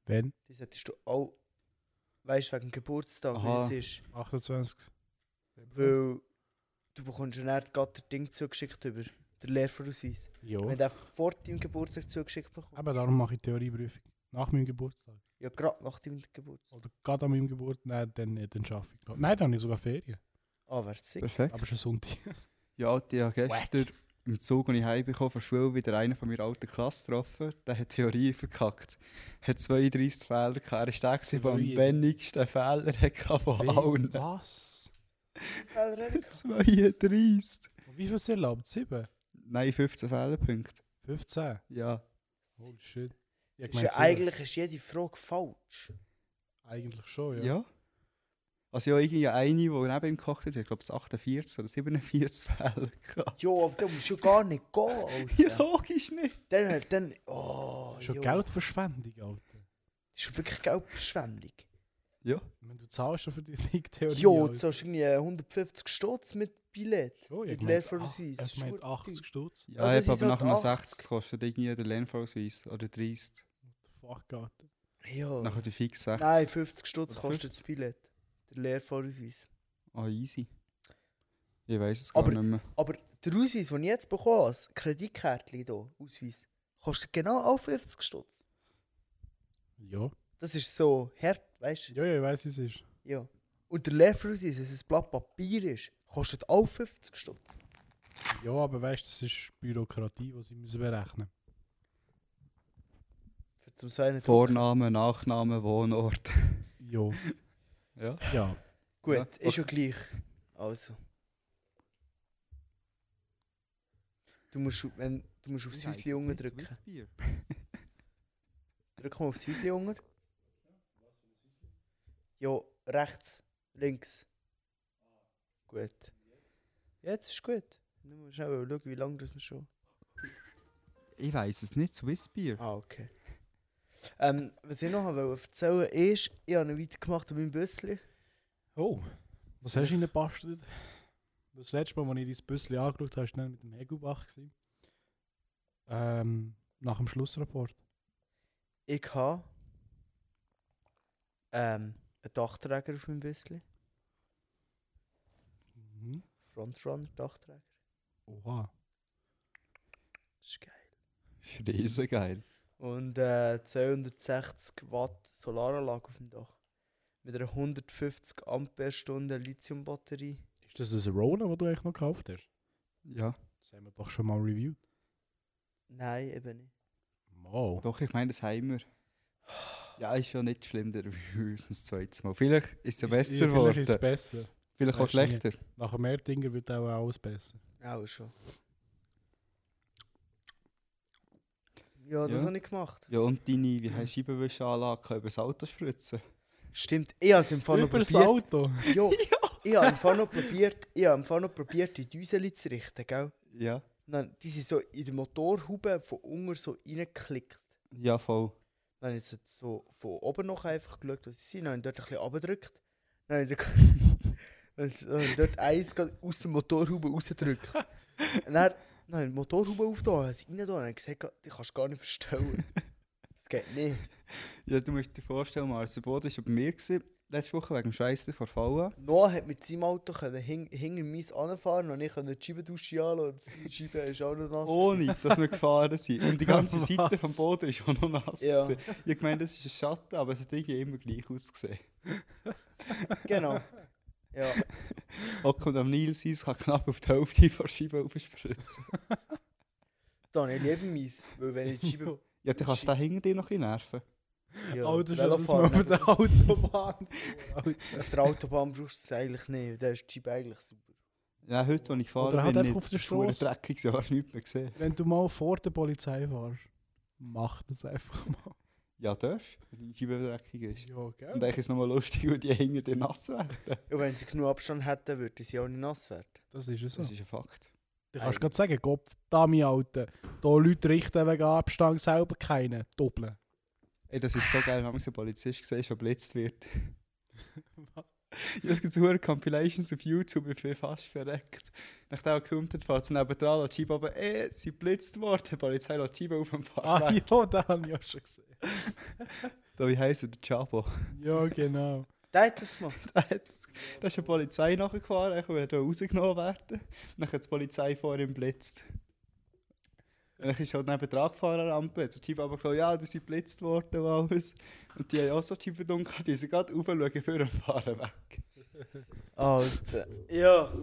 A: Wenn?
C: Die solltest du auch, weißt wegen Geburtstag,
B: Aha.
C: wie es ist.
A: 28.
C: Weil du bekommst ja nicht gerade das Ding zugeschickt über, der Lehrvorausweis.
A: Ja.
C: Wenn du den vor deinem Geburtstag zugeschickt bekommst.
A: Aber darum mache ich Theorieprüfung. Nach meinem Geburtstag.
C: Ja, gerade nach deinem Geburtstag.
A: Oder gerade an meinem Geburtstag. Nein, dann nicht, dann schaffe ich. glaub- Nein, dann habe ich sogar Ferien.
C: Ah, wäre sick.
B: Perfekt.
A: Aber es ist ein Sonntag.
B: Ja, die habe gestern im Zug, als ich heimgekommen von der Schule, wieder einen von meiner alten Klasse getroffen. Der hat Theorie verkackt. Hat 32 Fehler gehabt. Er war der, gewesen, der am
A: 32.
B: wenigsten Fehler hatte von allen.
A: Was?
C: Fehler-
B: 32.
A: Und Wie viel sind erlaubt? 7?
B: Nein, 15 Fehlerpunkte.
A: 15?
B: Ja.
A: Holy shit. Ich hab
C: Ist
A: gemeint,
C: ja
A: sieben.
C: eigentlich ist jede Frage falsch.
A: eigentlich schon, Oh ja.
B: Ja. Also ja, irgendwie eine, die neben ihm gekocht hat, ich glaube, 48 oder 47 Fälle gehabt.
C: Ja, aber da musst du ja gar nicht gehen, Alter.
B: Ja, logisch nicht.
C: Dann, dann, oh,
A: Schon
C: ja.
A: Geldverschwendung, Alter.
C: Das ist wirklich Geldverschwendung.
B: Ja.
A: Wenn du zahlst schon für die Big Theorie.
C: Jo,
A: Alter.
C: du zahlst irgendwie 150 Stutz mit Billett.
A: Schon, ich
C: mit
A: hab gemeint,
C: Lehrvorausweis.
A: ach, Es meint
C: Schwur-
A: 80 Stutz.
B: Ja,
C: Aber
B: aber,
C: es ist
B: aber
C: halt
B: nachher noch
C: 80.
B: 60 kostet irgendwie der Lernfallsweis oder 30.
A: Fuck, Alter.
C: Ja.
B: Nachher die fix 60.
C: Oh. Nein, 50 Stutz
B: Oder
C: kostet das Billett. Der Lehrvorausweis.
B: Ah, easy. Ich weiß es
C: Aber-
B: gar nicht mehr.
C: Aber der Ausweis, den ich jetzt bekommen habe, das Kreditkärtchen hier, Ausweis, kostet genau auch 50 Stutz.
A: Ja.
C: Das ist so hart, weißt du?
A: Ja, ja, ich weiss, es ist.
C: Ja. Und der Lehrvorausweis, dass es ein Blatt Papier ist, kostet auch 50 Stutz.
A: Ja, aber weißt du, das ist Bürokratie, die sie müssen berechnen
C: Für zum Sein
B: Vorname, Nachname, Wohnort.
A: müssen. Ja.
B: Ja.
A: Ja.
C: Gut,
B: Ja,
C: ist ja gleich. Also. Du musst, wenn, du musst aufs Häuschen unten drücken. Drück mal aufs Häuschen unten. Ja, rechts, links. Gut. Jetzt ist gut. Nur mal schnell schauen, wie lange das wir schon.
B: Ich weiß es nicht, Swiss Beer.
C: Ah, okay. Ähm, was ich noch wollte erzählen ist, ich habe noch weitergemacht an meinem Büssli.
A: Oh, was hast du ihnen bastelt? Das letzte Mal, als ich dein Büsschen angeschaut habe, war schnell mit dem Hegubach. gewesen. Ähm, nach dem Schlussrapport.
C: Ich habe ähm, einen Dachträger auf meinem Büssli.
A: Mhm.
C: Frontrunner Dachträger.
A: Oha.
C: Das ist geil.
B: Ist riesengeil.
C: Und äh, 260 Watt Solaranlage auf dem Dach. Mit einer 150 Amperestunden Lithium-Batterie.
A: Ist das ein Rona, das du eigentlich noch gekauft hast?
B: Ja.
A: Das haben wir doch schon mal reviewed.
C: Nein, eben nicht.
A: Wow.
B: Doch, ich meine, das haben wir. Ja, ist ja nicht schlimm, der Review ist das zweite Mal. Vielleicht ist es ja
A: Ist-
B: besser
A: vielleicht
B: geworden.
A: ist es besser.
B: Vielleicht auch
A: Weißt du nicht.
B: schlechter.
A: Nach dem Erdinger wird auch alles besser.
C: Auch schon. Ja, das
B: Ja.
C: habe ich gemacht.
B: Ja, und deine, wie heißt Scheibenwischanlage, über das Auto spritzen?
C: Stimmt, ich habe es im Fall noch
A: Über das
C: probiert.
A: Auto.
C: Ja, ich habe im Fall noch probiert, ich habe im Fall noch probiert, die Düseli zu richten, gell?
B: Ja.
C: Dann, die sind so in der Motorhaube von unten so reingeklickt.
B: Ja, voll.
C: Dann habe ich so- so von oben noch einfach geschaut, was sie sind. Dann habe ich dort ein bisschen abgedrückt. Dann habe ich, so dann habe ich dort eins gerade aus der Motorhaube rausgedrückt. Und dann, dann habe ich die Motorhaube aufgetan, habe es reingetan und habe gesagt, die kannst du gar nicht verstellen. Das geht nicht.
B: Ja, du musst dir vorstellen, Marcel Boden war bei mir gewesen, letzte Woche wegen dem Scheiße verfallen.
C: Noah hat mit seinem Auto können hin, hinter meins anfahren und ich konnte die Scheibendusche anschauen und seine Scheibe ist auch noch nass.
B: Ohne, dass wir gefahren sind. Und die ganze
A: Was?
B: Seite vom Boden ist auch noch nass.
C: Ja.
B: gewesen. Ich meine, das ist ein Schatten, aber es hat irgendwie immer gleich ausgesehen.
C: gewesen. Genau. Ja.
B: Auch und am Nil sein, es kann knapp auf die Hälfte von der Scheibe aufspritzen.
C: Dann, ich liebe meins, weil wenn ich die Scheibe...
B: Ja, dann kannst du da hinter dir noch ein bisschen nerven.
C: Ja,
A: Auto
C: das
A: schon auf
C: Velofahren-
A: der Autobahn.
C: Auf der Autobahn brauchst du es eigentlich nicht, da ist die Scheibe eigentlich super.
B: Ja, heute, als ich gefahren
A: Oder halt
B: bin,
A: einfach auf der
B: ist es verdammt
A: Strasse.
B: dreckig, gewesen, hast du nichts mehr gesehen.
A: Wenn du mal vor der Polizei fährst, mach das einfach mal.
B: Ja, darfst du, wenn die Scheibe dreckig ist.
A: Ja,
B: Und eigentlich ist es nochmal lustig, weil die hinter dir nass werden.
C: Und wenn sie genug Abstand hätten, würden sie auch nicht nass werden.
A: Das ist es. So.
B: Das
A: Du
B: ist ein Fakt.
A: kannst gerade sagen, Kopf, da mein Alter. Da Leute richten wegen Abstand selber keine. Doppeln.
B: Ey, das ist so geil, wenn man so ein Polizist gesehen schon blitzt wird. Ja, es gibt so hure Compilations auf YouTube, ich bin fast verreckt. Nachdem er kommt, dann fährt es nebendran, lässt die Jeep aber, eh, sie blitzt worden, die Polizei lässt die Jeep auf dem
A: Ah
B: Fahrrad.
A: ja, das habe ich auch schon gesehen.
B: Da, wie heisst er, der Chabo?
A: Ja, genau.
C: Der hat das gemacht.
B: Da hat- da ist die Polizei nachgefahren, ich wollte rausgenommen werden. Dann hat die Polizei vor ihm blitzt. Und dann ist halt nebendran gefahren an der Ampel, hat der Jeep aber gesagt, ja, die sind blitzt worden und alles. Und die haben auch so die Jeep dunkel, die sind gerade rauf, schauen vor und fahren weg.
C: Alter. Ja.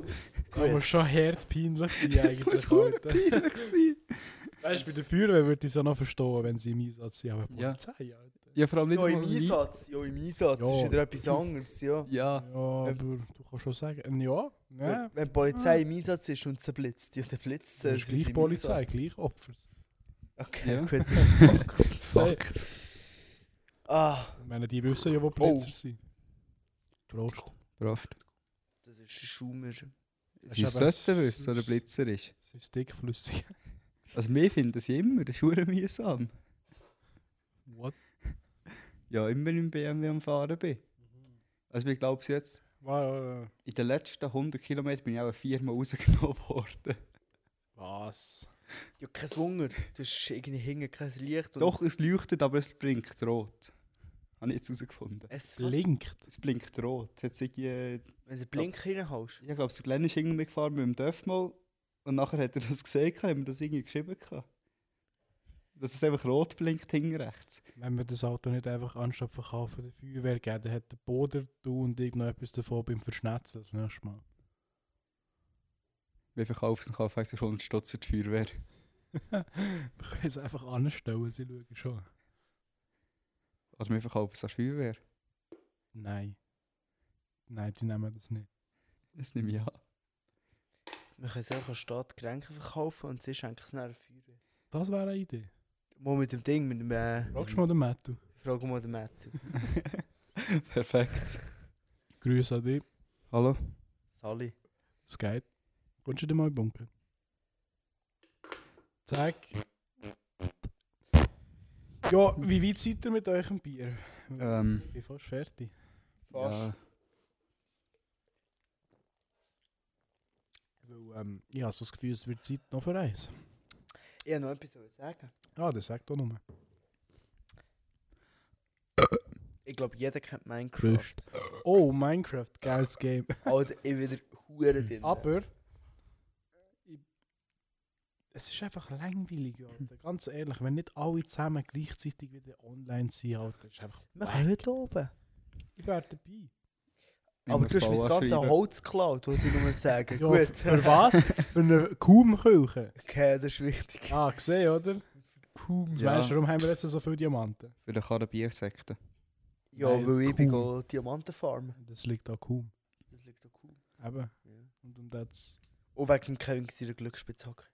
A: Aber
C: Gut.
A: schon hart peinlich sein
B: Das muss
A: eigentlich.
B: hure
A: Alter.
B: peinlich sein.
A: Weißt du, bei der Feuerwehr würde ich es ja noch verstehen, wenn sie im Einsatz sind. Aber
B: Ja.
A: Polizei, Alter.
B: Ja, vor allem nicht
C: Ja, im
B: mal Leute-
C: Einsatz. Ja, im Einsatz. Das ist
A: Ja.
C: wieder etwas anderes, ja.
B: Ja,
A: Ja, aber du kannst schon sagen, ja, ne?
C: Wenn die Polizei im Einsatz ist und sie blitzt, ja, dann blitzt sie.
A: Das ist
C: weil sie
A: gleich
C: im
A: Polizei,
C: Einsatz-
A: gleich Opfer.
C: Okay,
B: Ja.
C: gut.
B: Fakt.
C: Ah,
A: Ich meine, die wissen ja, wo Blitzer
C: Oh.
A: sind. Prost.
B: Prost.
C: das ist ein Schaumer.
B: Sie
A: Ist aber-
B: sollten wissen, wer der Blitzer ist.
A: Das ist dickflüssig.
B: Also wir finden sie immer, das ist verdammt mühsam.
A: What?
B: Ja, immer im BMW am Fahren bin. Also ich glaube jetzt, in den letzten 100 Kilometern bin ich auch viermal rausgenommen worden.
A: Was?
C: Ja, kein Wunder. Du hast irgendwie hinten kein Licht. und-
B: Doch, es leuchtet, aber es blinkt rot. Habe ich jetzt herausgefunden.
C: Es blinkt.
A: Blinkt.
B: Es blinkt rot. Hat sich, äh, ich
C: Wenn du den Blink reinhaust.
B: glaube, der Glenn ist irgendwie gefahren mit dem Dörfmal und nachher hat er das gesehen, gehabt, hat mir das irgendwie geschrieben. gehabt. Dass es einfach rot blinkt hinten rechts.
A: Wenn wir das Auto nicht einfach anstatt verkaufen, der Feuerwehr geben, dann hat der Boden du und ich noch etwas davon beim Verschnetzen das nächste Mal.
B: Wir verkaufen es und kaufen 100 Stutz für die Feuerwehr.
A: wir können es einfach anstellen, sie schauen schon.
B: Oder wir verkaufen es an die Feuerwehr.
A: Nein. Nein, die nehmen das nicht.
B: Das nehme ich an.
C: Wir können es einfach an Stadt Getränke verkaufen und sie schenken es nachher Feuer.
A: Das wäre eine Idee.
C: Mal mit dem Ding, mit dem. Äh,
A: Fragst du mal den Mattu.
C: frag mal den Matthew.
B: Perfekt.
A: Grüße an dich.
B: Hallo?
C: Sally.
A: Es geht. Kommst du dir mal in den Bunker? Zack. Ja, wie weit seid ihr mit eurem Bier?
B: Ähm,
A: Ich bin fast fertig.
B: ja,
A: Weil, ähm, ich habe so das Gefühl, es wird Zeit noch für eins.
C: Ich habe noch etwas zu sagen.
A: Ah, das sagt auch nur.
C: Ich glaube, jeder kennt Minecraft.
A: Prost. Oh, Minecraft, geiles Game.
C: Alter, ich bin wieder Huren drin.
A: Aber Äh, ich- es ist einfach langweilig, Alter. Ganz ehrlich, wenn nicht alle zusammen gleichzeitig wieder online sind, Alter, ist einfach.
C: Wir können nicht oben.
A: Ich wäre dabei.
B: ich
C: Aber
B: muss
C: du hast mein
B: Bauer
C: ganzes
B: schreiben.
C: Holz geklaut, wollte ich nur sagen.
A: Ja,
C: Gut.
A: Für was? für eine Kuhmküche.
C: Okay, das ist wichtig.
A: Ah, gesehen, oder? Kuhm.
B: Ja.
A: Weißt du, warum haben wir jetzt so viele Diamanten?
B: Für den Karabiersekte.
C: Ja,
A: Nein,
C: weil ich bin
A: Kuhm.
C: go Diamantenfarm.
A: Das liegt an Kuhm.
C: Das liegt doch cool.
A: Eben.
C: Ja.
A: Und um das.
C: Und wegen dem Kevin seiner Glücksspitzhacke.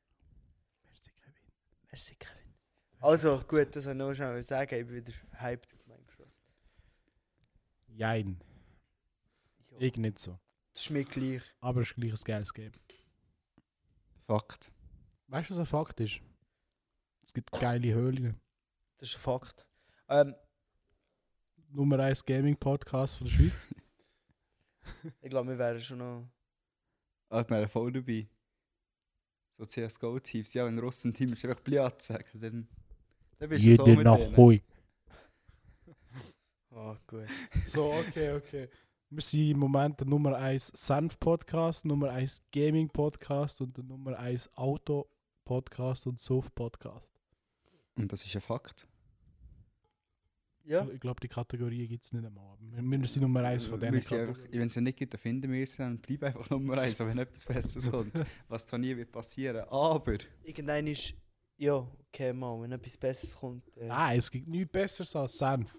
A: Merci, Kevin.
C: Merci, Kevin. Also, gut, das wollte ich nur schnell sagen. Ich bin wieder hyped auf Minecraft.
A: Jein.
C: Ja.
A: Ich nicht so.
C: Das ist mir gleich.
A: Aber es ist gleich ein geiles Game.
B: Fakt.
A: Weißt du, was ein Fakt ist? Es gibt geile Höhlen.
C: Das ist ein Fakt. Ähm,
A: Nummer 1 Gaming-Podcast von der Schweiz.
C: ich glaube, wir wären schon noch.
B: Ah, ich meine, voll dabei. So CSGO-Teams. Ja, wenn Russen ein Team ist, einfach Bliat sagen. Dann, dann bist du so mit denen.
A: Hui.
C: Ah, gut.
A: So, okay, okay. Wir sind im Moment der Nummer 1 Senf-Podcast, Nummer 1 Gaming-Podcast und der Nummer 1 Auto-Podcast und Soft-Podcast.
B: Und das ist ein Fakt.
C: Ja,
A: Ich glaube, die Kategorie gibt es nicht einmal. aber Wir, wir sind Nummer 1 von denen.
B: Weil sie einfach- Wenn es nicht gibt, dann finden wir es, dann bleib einfach Nummer eins, auch wenn etwas Besseres kommt. Was zwar nie wird passieren, aber...
C: irgendein ist. Ja, okay, Mann, wenn etwas Besseres kommt. Äh.
A: Nein, es gibt nichts Besseres als Senf.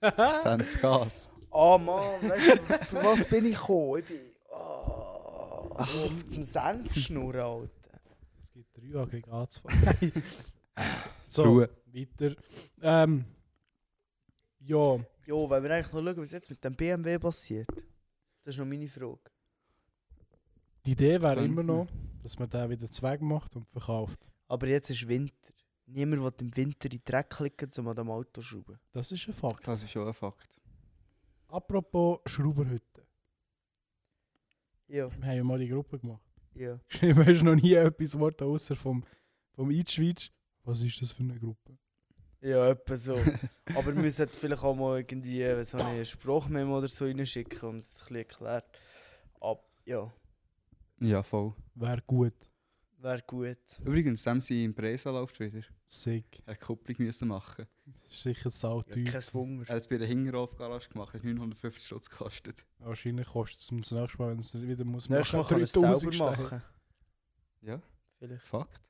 B: Senf Gas.
C: Ah, Mann, weißt du, für was bin ich gekommen? Ich bin. Oh, auf zum Senfschnurren, Alter.
A: Es gibt drei Aggregatsfragen. so,
B: Ruhe.
A: weiter. Ähm, ja,
C: Jo, weil wir eigentlich noch schauen, was jetzt mit dem BMW passiert. Das ist noch meine Frage.
A: die Idee wäre
B: Könnten.
A: immer noch, dass man den wieder zweig macht und verkauft.
C: Aber jetzt ist Winter. Niemand will im Winter in den Dreck klicken, um an dem Auto zu schrauben.
A: Das ist ein Fakt.
B: Das ist schon ein Fakt.
A: Apropos Schrauberhütte.
C: Ja,
A: Wir haben ja mal die Gruppe gemacht.
C: ja.
A: Geschrieben hast noch nie etwas Wort außer vom, vom Einschweiz. Was ist das für eine Gruppe?
C: Ja, etwa so. Aber wir sollten vielleicht auch mal irgendwie äh, so eine Sprachmemo oder so reinschicken, um es ein bisschen erklärt. Ab, ja,
B: Ja, voll.
A: Wäre gut.
C: wäre gut.
B: Übrigens, dem sie in Presa läuft wieder.
A: Sick.
B: Er hat Kupplung müssen machen.
A: Das ist sicher
C: Ja,
A: sauteuer.
C: kein Wunder.
B: Er hat es bei der Hinterhof-Garage gemacht, hat 950 Stutz gekostet.
A: Wahrscheinlich kostet es ihm das nächste Mal, wenn es wieder muss.
C: Nächstes Mal
A: machen,
C: kann er es
A: 3000
C: selber
A: Steine.
C: machen.
B: Ja.
C: Vielleicht.
B: Fakt.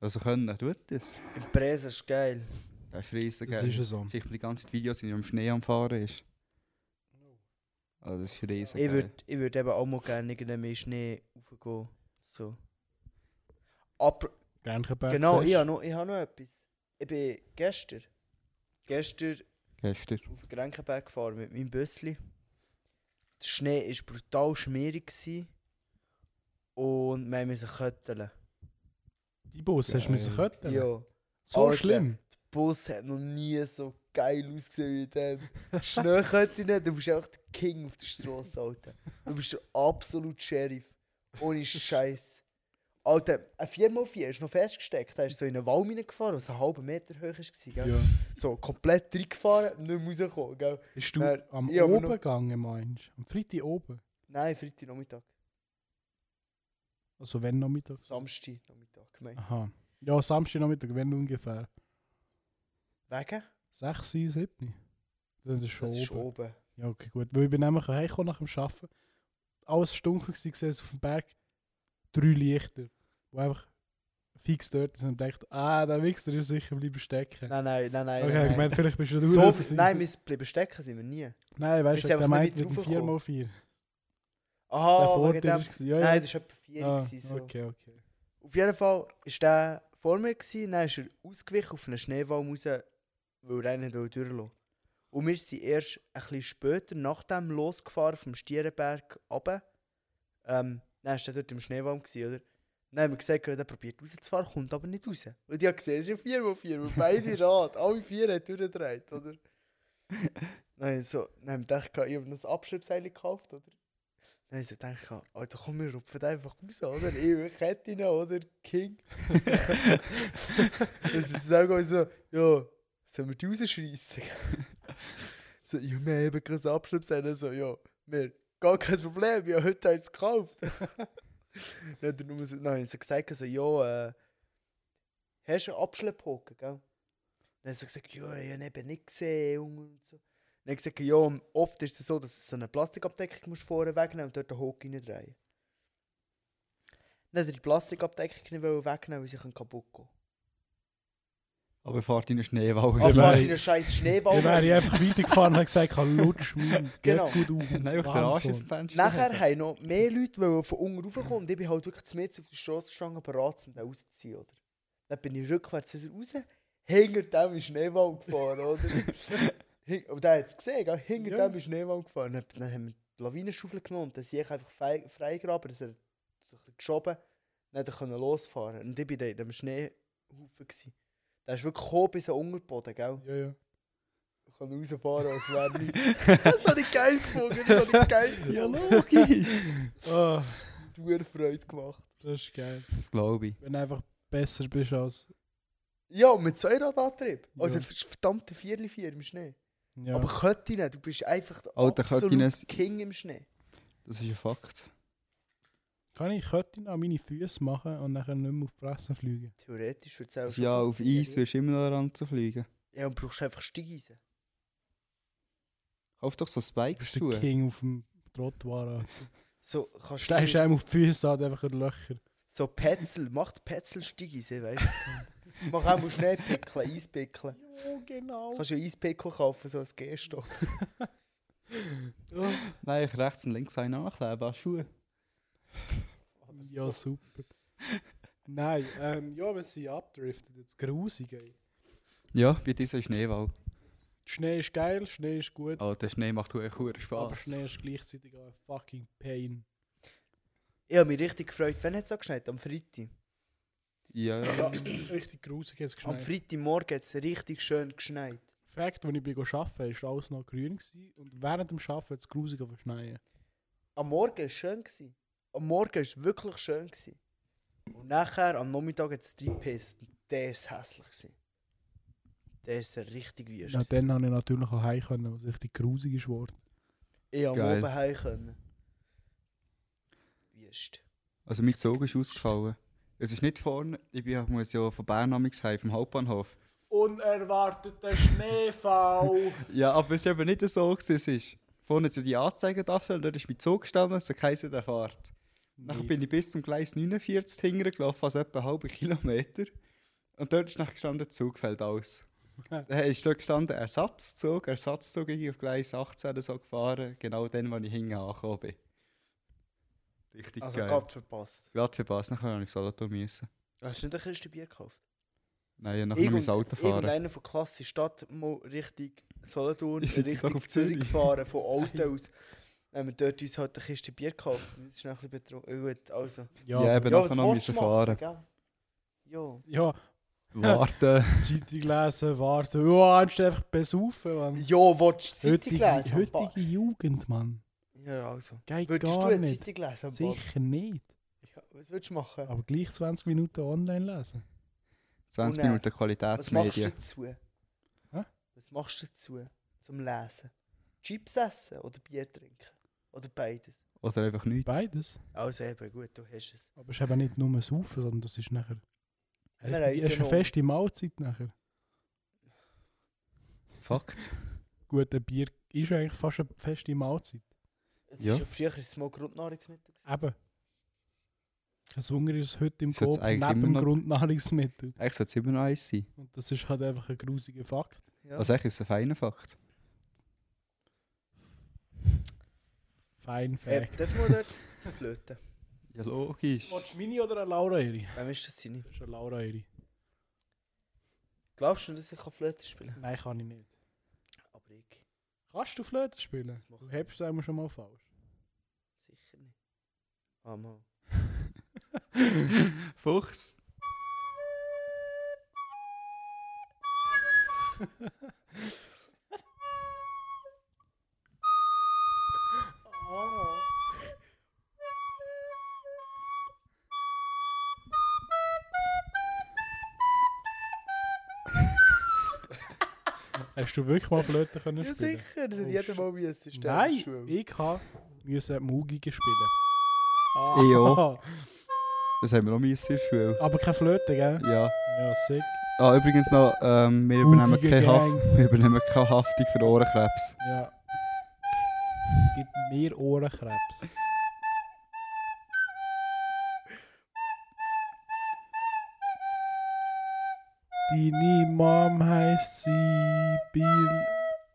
B: Also können, er tut das.
C: Im Presen ist geil.
B: Er ist riesen
A: Das
B: geil.
A: ist ja so.
B: Vielleicht die ganze Zeit Videos, in dem Schnee am Fahren ist. Also das ist riesen
C: Ich
B: geil.
C: würde ich würd eben auch mal gerne irgendwie mehr Schnee raufgehen. So. Aber
A: Grenkenberg.
C: genau,
A: siehst
C: ich
A: du?
C: habe noch, ich hab noch etwas. Ich bin gestern, gestern
B: Gestern.
C: auf den Grenkenberg gefahren mit meinem Bössli. Der Schnee war brutal schmierig. Gewesen. Und wir mussten kötteln.
A: Die Bus hast du müssen
B: Geil.
A: kötteln.
C: Ja.
A: So
C: Alter.
A: schlimm.
C: Der Bus hat noch nie so geil ausgesehen wie in dem. Schneekötteln, du bist echt der King auf der Straße, Alter. Du bist der absolute Sheriff. Ohne Scheiß. Alter, ein 4x4 ist noch festgesteckt. Da ist so in einen Wall reingefahren, was einen halben Meter hoch war. Gell?
A: Ja.
C: So komplett reingefahren, nicht mehr rausgekommen. Gell?
A: Bist du
C: Nein,
A: am
C: ich habe
A: oben
C: noch-
A: gegangen, meinst du? Am Freitag oben?
C: Nein, Freitagnachmittag.
A: Also wenn Nachmittag?
C: Samstagnachmittag, gemeint.
A: Aha. Ja, Samstagnachmittag, wenn ungefähr.
C: Wegen?
A: 6, 7. Das ist schon
C: Das ist
A: oben.
C: oben.
A: Ja, okay, gut. Weil ich bin nämlich heimgekommen nach dem Arbeiten. Alles dunkel gewesen, gesehen auf dem Berg drei Lichter, die einfach fix dort sind und dachte, ah, der Wichser ist sicher bleiben stecken.
C: Nein, nein, nein, nein.
A: okay,
C: nein.
A: ich meine, vielleicht bist du
C: so,
A: raus gewesen.
C: nein, wir bleiben stecken sind wir nie.
A: Nein, weißt du,
C: wir sind
A: der
C: einfach
A: meint
C: nicht
A: mit dem
C: mit
A: 4x4. der
C: Aha, wegen
A: Vorteil
C: dem.
A: ist gewesen. Ja, ja.
C: Nein, das war etwa 4
A: Ah,
C: so.
A: Okay, okay.
C: Auf jeden Fall war der vor mir, gewesen, dann ist er ausgewichen auf einen Schneewalm raus, weil er ihn nicht durchlassen wollte. Und wir sind erst ein bisschen später, nachdem losgefahren vom Stierenberg runter. Ähm, dann war er dort im Schneewalm, gewesen, oder? Dann haben wir gesagt, er probiert rauszufahren, kommt aber nicht raus. Und ich habe gesehen, es ist ja 4x4, weil beide Rad, alle vier haben durchgedreht, oder? Nein, so, dann haben wir gedacht, ich habe noch ein Abschleppseil gekauft, oder? Dann haben sie gedacht, Alter, oh, komm, wir rupfen den einfach raus, oder? Ich Kette rein, oder? King. Dann sind sie dann so, also, ja, sollen wir die rausschreissen? so, ja, wir haben eben kein Abschleppseil. Dann so, also, ja, wir, gar kein Problem, ich habe heute eins gekauft. dann hat er nur so, dann haben sie gesagt, so, ja, äh, hast du einen Abschlepphaken, gell? Dann hat sie gesagt, ja, ich habe ihn eben nicht gesehen, Junge, und so. Dann habe ich gesagt, ja, oft ist es so, dass du so eine Plastikabdeckung musst vorne wegnehmen und dort den Haken reindrehen. Dann hat er die Plastikabdeckung nicht wollen wegnehmen, weil sie können kaputt gehen
B: Aber fahrt in den Schneewall.
A: Ah, fuck.
C: kann.
B: Nein,
C: Abfahrt in einen scheiß
A: Dann wäre
C: Schneeball.
A: ich einfach weitergefahren und hab gesagt, ich lutsch mich.
C: Genau.
A: Geht gut auf.
B: Nein, auf den Arsch ins Fenster.
C: Nachher haben noch mehr Leute wollen von unten raufkommen und ich bin halt wirklich mit auf die Straße gestanden, bereit, um den rauszuziehen. Oder? Dann bin ich rückwärts wieder raus, hinter dem ist Schneeball gefahren. Oder? Hin- und der hat es gesehen, gell? hinter
A: Ja.
C: dem ist Schneeball gefahren. Dann, dann haben wir die Lawinenschaufel genommen und dann sehe ich einfach frei- freigraben, das hat so ein bisschen geschoben, dann hat er können losfahren. Und ich bin da in dem Schneehaufen. Gewesen. Der ist wirklich gekommen bis an den Unterboden, gell?
A: Ja, ja.
C: Ich kann rausfahren, als wäre nichts. das habe ich geil gefunden, das habe ich geil gefunden.
B: Ja, logisch.
A: Ah,
C: Tour Freude gemacht.
A: das ist geil.
B: Das glaube ich.
A: Wenn du einfach besser bist als...
C: Ja, und mit Zweiradantrieb.
A: Ja.
C: Also ja. verdammte Vierli vier im Schnee.
A: Ja.
C: Aber Köttine, du bist einfach der
B: Alter,
C: absolute
B: Köttine ist-
C: King im Schnee.
B: Das ist ein Fakt.
A: Kann ich Köttin an meine Füße machen und nachher nicht mehr auf die Fresse fliegen?
C: Theoretisch würde es auch schon
B: Ja, auf
C: funktionieren,
B: Eis wirst du immer noch ran zu fliegen.
C: Ja, und brauchst einfach Steigeisen.
B: Kauf doch so
A: Du bist der
B: Spikes-Schuhe.
A: King auf dem Trottoir.
C: So, kannst
A: Stehst du einem auf die Füße an, einfach ein Löcher.
C: So Petzel, macht Petzel Steigeisen, weißt du? Mach auch mal Schneepickeln, Eispickeln.
A: Ja, genau.
C: Kannst du einen Eispickel kaufen, so als Gehstock.
B: Nein, ich rechts und links einen nachkleben an Schuhe.
A: Ja, super. Nein, ähm, ja, wenn sie abdriftet, jetzt grusig. Ey.
B: Ja, bei dieser Schneewall.
A: Schnee ist geil, Schnee ist gut,
B: Alter, Schnee macht verdammt
A: aber
B: Oh, Spaß.
A: Schnee ist gleichzeitig auch ein fucking Pain.
C: Ich habe mich richtig gefreut. Wann hat es angeschneit? Am Freitag.
B: Ja, ja.
A: Ja, richtig grusig hat es
C: Am
A: geschneit.
C: Freitagmorgen hat es richtig schön geschneit.
A: Fakt, als ich bin arbeiten war, war alles noch grün. Gewesen. Und während dem Arbeiten hat es grusig verschneien.
C: Am Morgen war es schön. Gewesen. Am Morgen war es wirklich schön. Gewesen. Und nachher, am Nachmittag, hat es drei Pisten. Der war hässlich. Gewesen. Der ist richtig wüst.
A: Ja,
C: gewesen.
A: dann konnte ich natürlich auch heim, können, was richtig grusig ist geworden.
C: Ich am
B: Geil.
C: oben heim können. Wüst.
B: Also mein Zug ist ausgefallen. Es ist nicht vorne, ich bin, ich muss ja von Bern amigs heim, vom Hauptbahnhof.
A: Unerwarteter Schneefall!
B: Ja, aber es war eben nicht so, gewesen, es ist. Vorne zu die Anzeigentafel, und dort ist mein Zug gestanden, es hat geheißen, der fährt. Nachher bin ich bis zum Gleis 49 hingelaufen, also etwa einen halben Kilometer. Und dort ist nachher gestanden, der Zug fällt aus. Dann ist dort gestanden, Ersatzzug, Ersatzzug, ich bin auf Gleis 18 oder so gefahren, genau dann, wo ich hinten angekommen bin. Richtig
C: Also
B: geil.
C: gerade verpasst.
B: Gerade verpasst, nachher habe ich Solothurn müssen.
C: Hast du nicht ein Kiste Bier gekauft?
B: Nein, ich musste nachher mein Auto fahren.
C: Irgendeiner von Klasse Stadt mal richtig Solothurn,
B: Ihr seid doch
C: richtig
B: auf
C: Zürich
B: Zürich.
C: gefahren, von Alten aus. Haben wir dort uns halt eine Kiste Bier gekauft. Das ist noch ein bisschen betrunken. Gut, also.
A: Ja,
B: Ja,
A: ja,
B: eben
C: Ja,
B: nachher
C: was
B: noch
C: willst du
B: müssen fahren.
C: machen, gell? Ja.
A: ja,
B: Warten.
A: Zeitung lesen, warten. Ja, anstatt einfach besaufen, Mann.
C: Ja, willst du Zeitung
A: Heutige,
C: lesen? am Bad?
A: heutige Jugend, Mann.
C: Ja, also.
A: Geht
C: Würdest du
A: gar
C: eine
A: nicht.
C: Zeitung lesen? am Bad?
A: Sicher nicht.
C: Ja, was würdest du
B: Ah,
C: machen?
A: Aber gleich 20 Minuten online lesen.
B: 20
C: Und
B: Minuten
C: dann- Was machst du
B: Qualitätsmedien.
C: dazu? Was machst du dazu zum Lesen? Chips essen oder Bier trinken? Oder beides?
B: Oder einfach nichts.
A: Beides.
C: Also eben, gut, du hast es.
A: Aber es ist eben nicht nur Saufen, sondern das ist nachher.
C: Wir um. haben
A: Es
C: unseren
A: ist eine
C: Hunger.
A: feste Mahlzeit nachher.
B: Fakt.
A: Gut, ein Bier ist eigentlich fast eine feste Mahlzeit.
C: es
B: Ja.
C: Ist ja früher ist es mal Grundnahrungsmittel. gewesen.
A: Eben. Kein Wunder ist es heute im
B: Ist jetzt
A: Kopf
B: eigentlich
A: neben
B: immer
A: dem
B: noch-
A: Grundnahrungsmittel.
B: Eigentlich sollte es immer noch eins sein.
A: Und das ist halt einfach ein grusiger Fakt.
C: Ja.
B: Also eigentlich ist es ein feiner Fakt.
A: Fein,
C: Äh,
A: fact.
C: darf man dort flöten?
B: Ja, logisch.
A: Wolltest du meine oder eine Laura-Eri?
C: Wem ist das seine?
A: Das ist eine Laura-Eri.
C: Glaubst du, dass ich kann Flöte spielen
A: Nein, kann ich nicht.
C: kann? Aber ich
A: Kannst du Flöte spielen?
C: Das mach
A: Du hebst es einmal schon mal falsch.
C: sicher nicht. Ah, Mann.
B: Fuchs.
A: Hast du wirklich mal Flöte können
C: Ja,
A: spielen?
C: sicher, das hat
A: Oh,
C: jeder
A: shit.
C: mal müssen. stell dir
A: Nein,
C: Schule.
A: ich habe müssen Mugige spielen. Ah.
B: Ich auch. Das haben wir noch müssen in der Schule.
A: Aber keine Flöte, gell?
B: Ja.
A: Ja, sick.
B: Ah, übrigens noch, ähm, wir, übernehmen
A: Hubige
B: keine Haft,
A: Gang.
B: wir übernehmen keine Haftung für Ohrenkrebs.
A: Ja. Gibt mir Ohrenkrebs. Deine Mom heisst Sibyl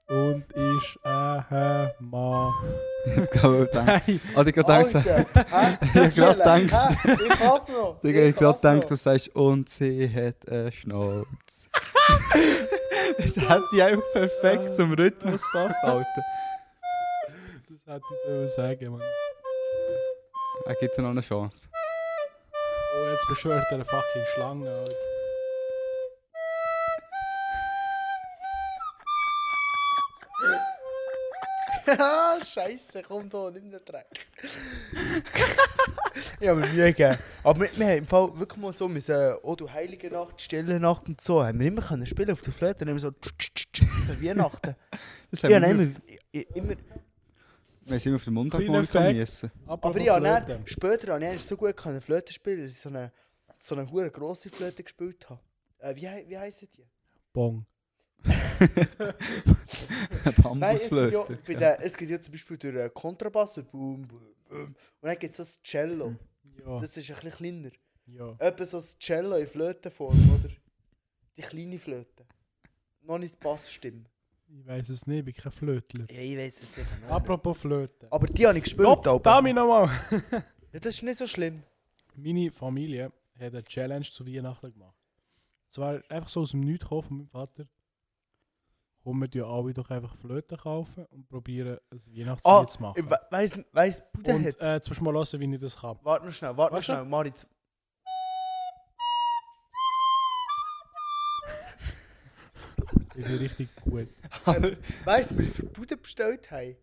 A: und ist ein Mann.
B: Ich glaube, ich denke-
A: Nein,
B: Also ich habe
C: Ah,
B: gedacht,
C: ich
B: grad gedacht.
C: Ich hasse noch.
B: Digga, ich glaube,
C: hasse noch.
B: gedacht, du sagst, und sie hat einen Schnauz. Es hätte dich einfach
C: Ah.
B: perfekt zum Rhythmus passt, Alter.
A: das hätte ich so sagen, Mann.
B: Er gibt dir noch eine Chance.
A: Oh, jetzt beschwört er eine fucking Schlange. Alter.
C: Ah, Scheiße, komm da, nimm den Dreck. ich habe mir Mühe gegeben. Aber wir, wir haben im Fall wirklich mal so müssen, oh du heilige Nacht, stille Nacht und so, haben wir immer können spielen auf der Flöte, immer so tsch, tsch, tsch, tsch, für Weihnachten.
B: Das haben
C: ja,
B: wir immer,
C: nein, immer, immer,
B: wir sind immer auf den Montag
A: Kleiner
B: morgen
A: Fact.
B: müssen.
C: aber ja, dann, später habe ich so gut können Flöte spielen, dass ich so eine, so eine hure grosse Flöte gespielt habe. Äh, wie hei- wie heisst die?
A: Bong.
B: Eine
C: Nein, es gibt, ja,
B: Bambusflöte.
C: bei der, es gibt ja zum Beispiel durch einen Kontrabass, so boom, boom, boom. und dann gibt es das Cello.
A: Ja,
C: Das ist ein bisschen kleiner.
A: ja.
C: Etwa so das Cello in Flötenform, oder? Die kleine Flöte. Noch nicht die Bassstimme.
A: Ich weiß es nicht, ich bin kein Flötler.
C: Ja, ich weiß es nicht.
A: Apropos Flöte.
C: Aber die habe ich gespielt.
A: Stopp,
C: aber-
A: Dami nochmal!
C: ja, das ist nicht so schlimm.
A: Meine Familie hat eine Challenge zu Weihnachten gemacht. Es war einfach so aus dem Nichts gekommen von meinem Vater. Komm, wir ja alle doch einfach Flöten kaufen und probieren ein Weihnachtslied
C: Ah,
A: zu machen.
C: Ich we weiss, weiss Bude
A: Und
C: hat.
A: äh, jetzt musst du mal hören, wie ich das kann.
C: warte noch schnell, warte noch
A: Weißt du?
C: schnell. Maritz.
A: Ich bin richtig gut.
B: Aber
C: Weiss, wir für Bude bestellt haben?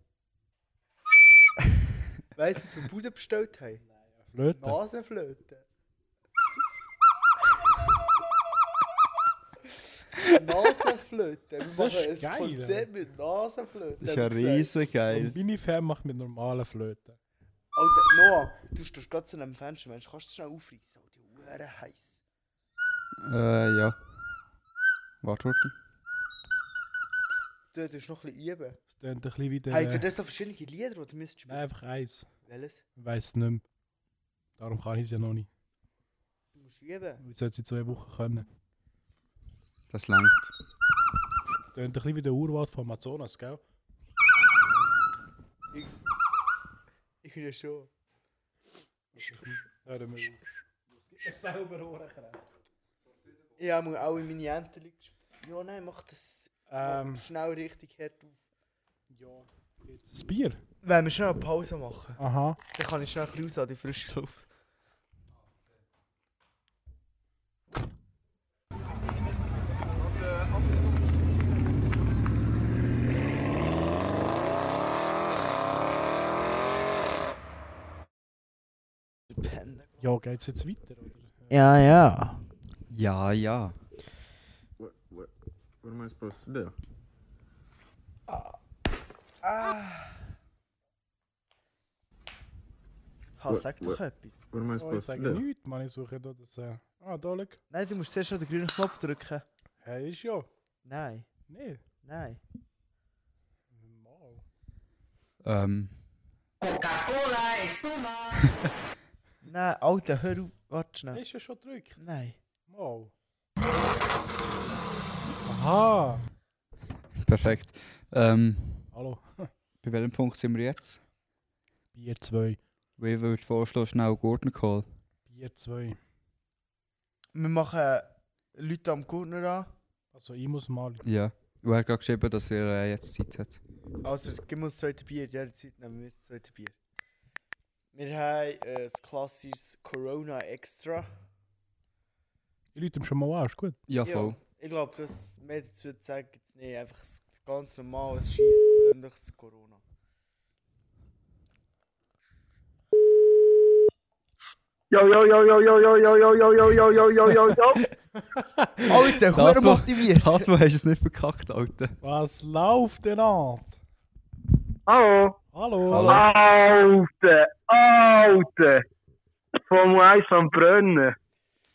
C: weiss, wir für Bude bestellt haben?
A: Flöte.
C: Nasenflöte. Nasenflöte. Wir
A: Das
C: machen
A: ist
C: ein
A: geil,
C: Konzert mit Nasenflöte.
B: das ist ja
C: hab ich gesagt.
B: riesig geil.
A: Und meine Fan macht mit normalen Flöten.
C: Alter, Noah, du stehst gerade zu einem Fenster, Mensch, kannst du schnell aufreißen? Alter, die Uhren heiß.
B: Äh, ja. Warte, warte.
C: Du tust noch ein bisschen üben.
A: Es klingt ein bisschen wie der... äh,
C: Habt ihr das so verschiedene Lieder, die du müsst
A: Nein,
C: spielen?
A: einfach eins.
C: Welches?
A: Ich weiss es nicht mehr. Darum kann ich es ja noch nicht.
C: Du musst üben.
A: Wie soll es in zwei Wochen können?
B: Das langt.
A: Es klingt ein bisschen wie der Urwald von Amazonas, gell?
C: Ich, ich bin ja schon.
A: Hören wir auf. Selber Ohrenkrebs.
C: Ja, ich muss auch in meine Enten spielen. Ja, nein, mach das
A: Ähm,
C: schnell richtig hart auf.
A: ja. Ein Bier?
C: Wenn wir schnell eine Pause machen,
A: Aha.
C: dann kann ich schnell ein bisschen raus an die frische Luft. Pennen.
A: Ja, geht's jetzt weiter, oder?
C: Ja, ja.
B: Ja, ja.
D: What, what, what am I supposed to do?
C: Ha, sag doch etwas.
D: What am I
A: Oh, ich
D: supposed to
A: sage
D: do?
A: nichts, Mann. Ich suche hier das... Äh, ah, da schau.
C: Nein, du musst zuerst noch den grünen Knopf drücken.
A: Hey, ist ja.
C: Nein,
A: Nein.
C: nein.
A: Mal.
B: Ähm.
C: Nein, Alter, hör auf. Warte schnell.
A: Ist ja schon gedrückt.
C: Nein.
A: Mal. Aha.
B: Perfekt. Ähm,
A: Hallo.
B: bei welchem Punkt sind wir jetzt?
A: Bier 2.
B: Wie würde vorschlagen, schnell Gordon Call?
A: Bier 2.
C: Wir machen Leute am Gurtner an.
A: Also ich muss mal.
B: Ja. Und er hat gerade geschrieben, dass er äh, jetzt Zeit hat.
C: Also, gib uns das zweite Bier. Ja, die Zeit nehmen wir das zweite Bier. Wir haben äh, das klassisches Corona Extra.
A: Ich Leute ihm schon mal an, ist gut.
B: Ja,
C: voll. Ich glaube, das mehr dazu zu sagen gibt's nicht. Einfach das ganz normales, scheiß gewöhnliches Corona.
D: Yo, yo, yo, yo, yo, yo, yo, yo, yo, yo, yo, yo, yo, yo, yo.
C: Alter,
B: Das
C: hure
B: war-
C: motiviert!
B: Das, wo hast du es nicht verkackt, Alter.
A: Was läuft denn ab?
D: Hallo.
A: Hallo.
B: Hallo.
D: Alte, alte. Formel 1 am Brennen.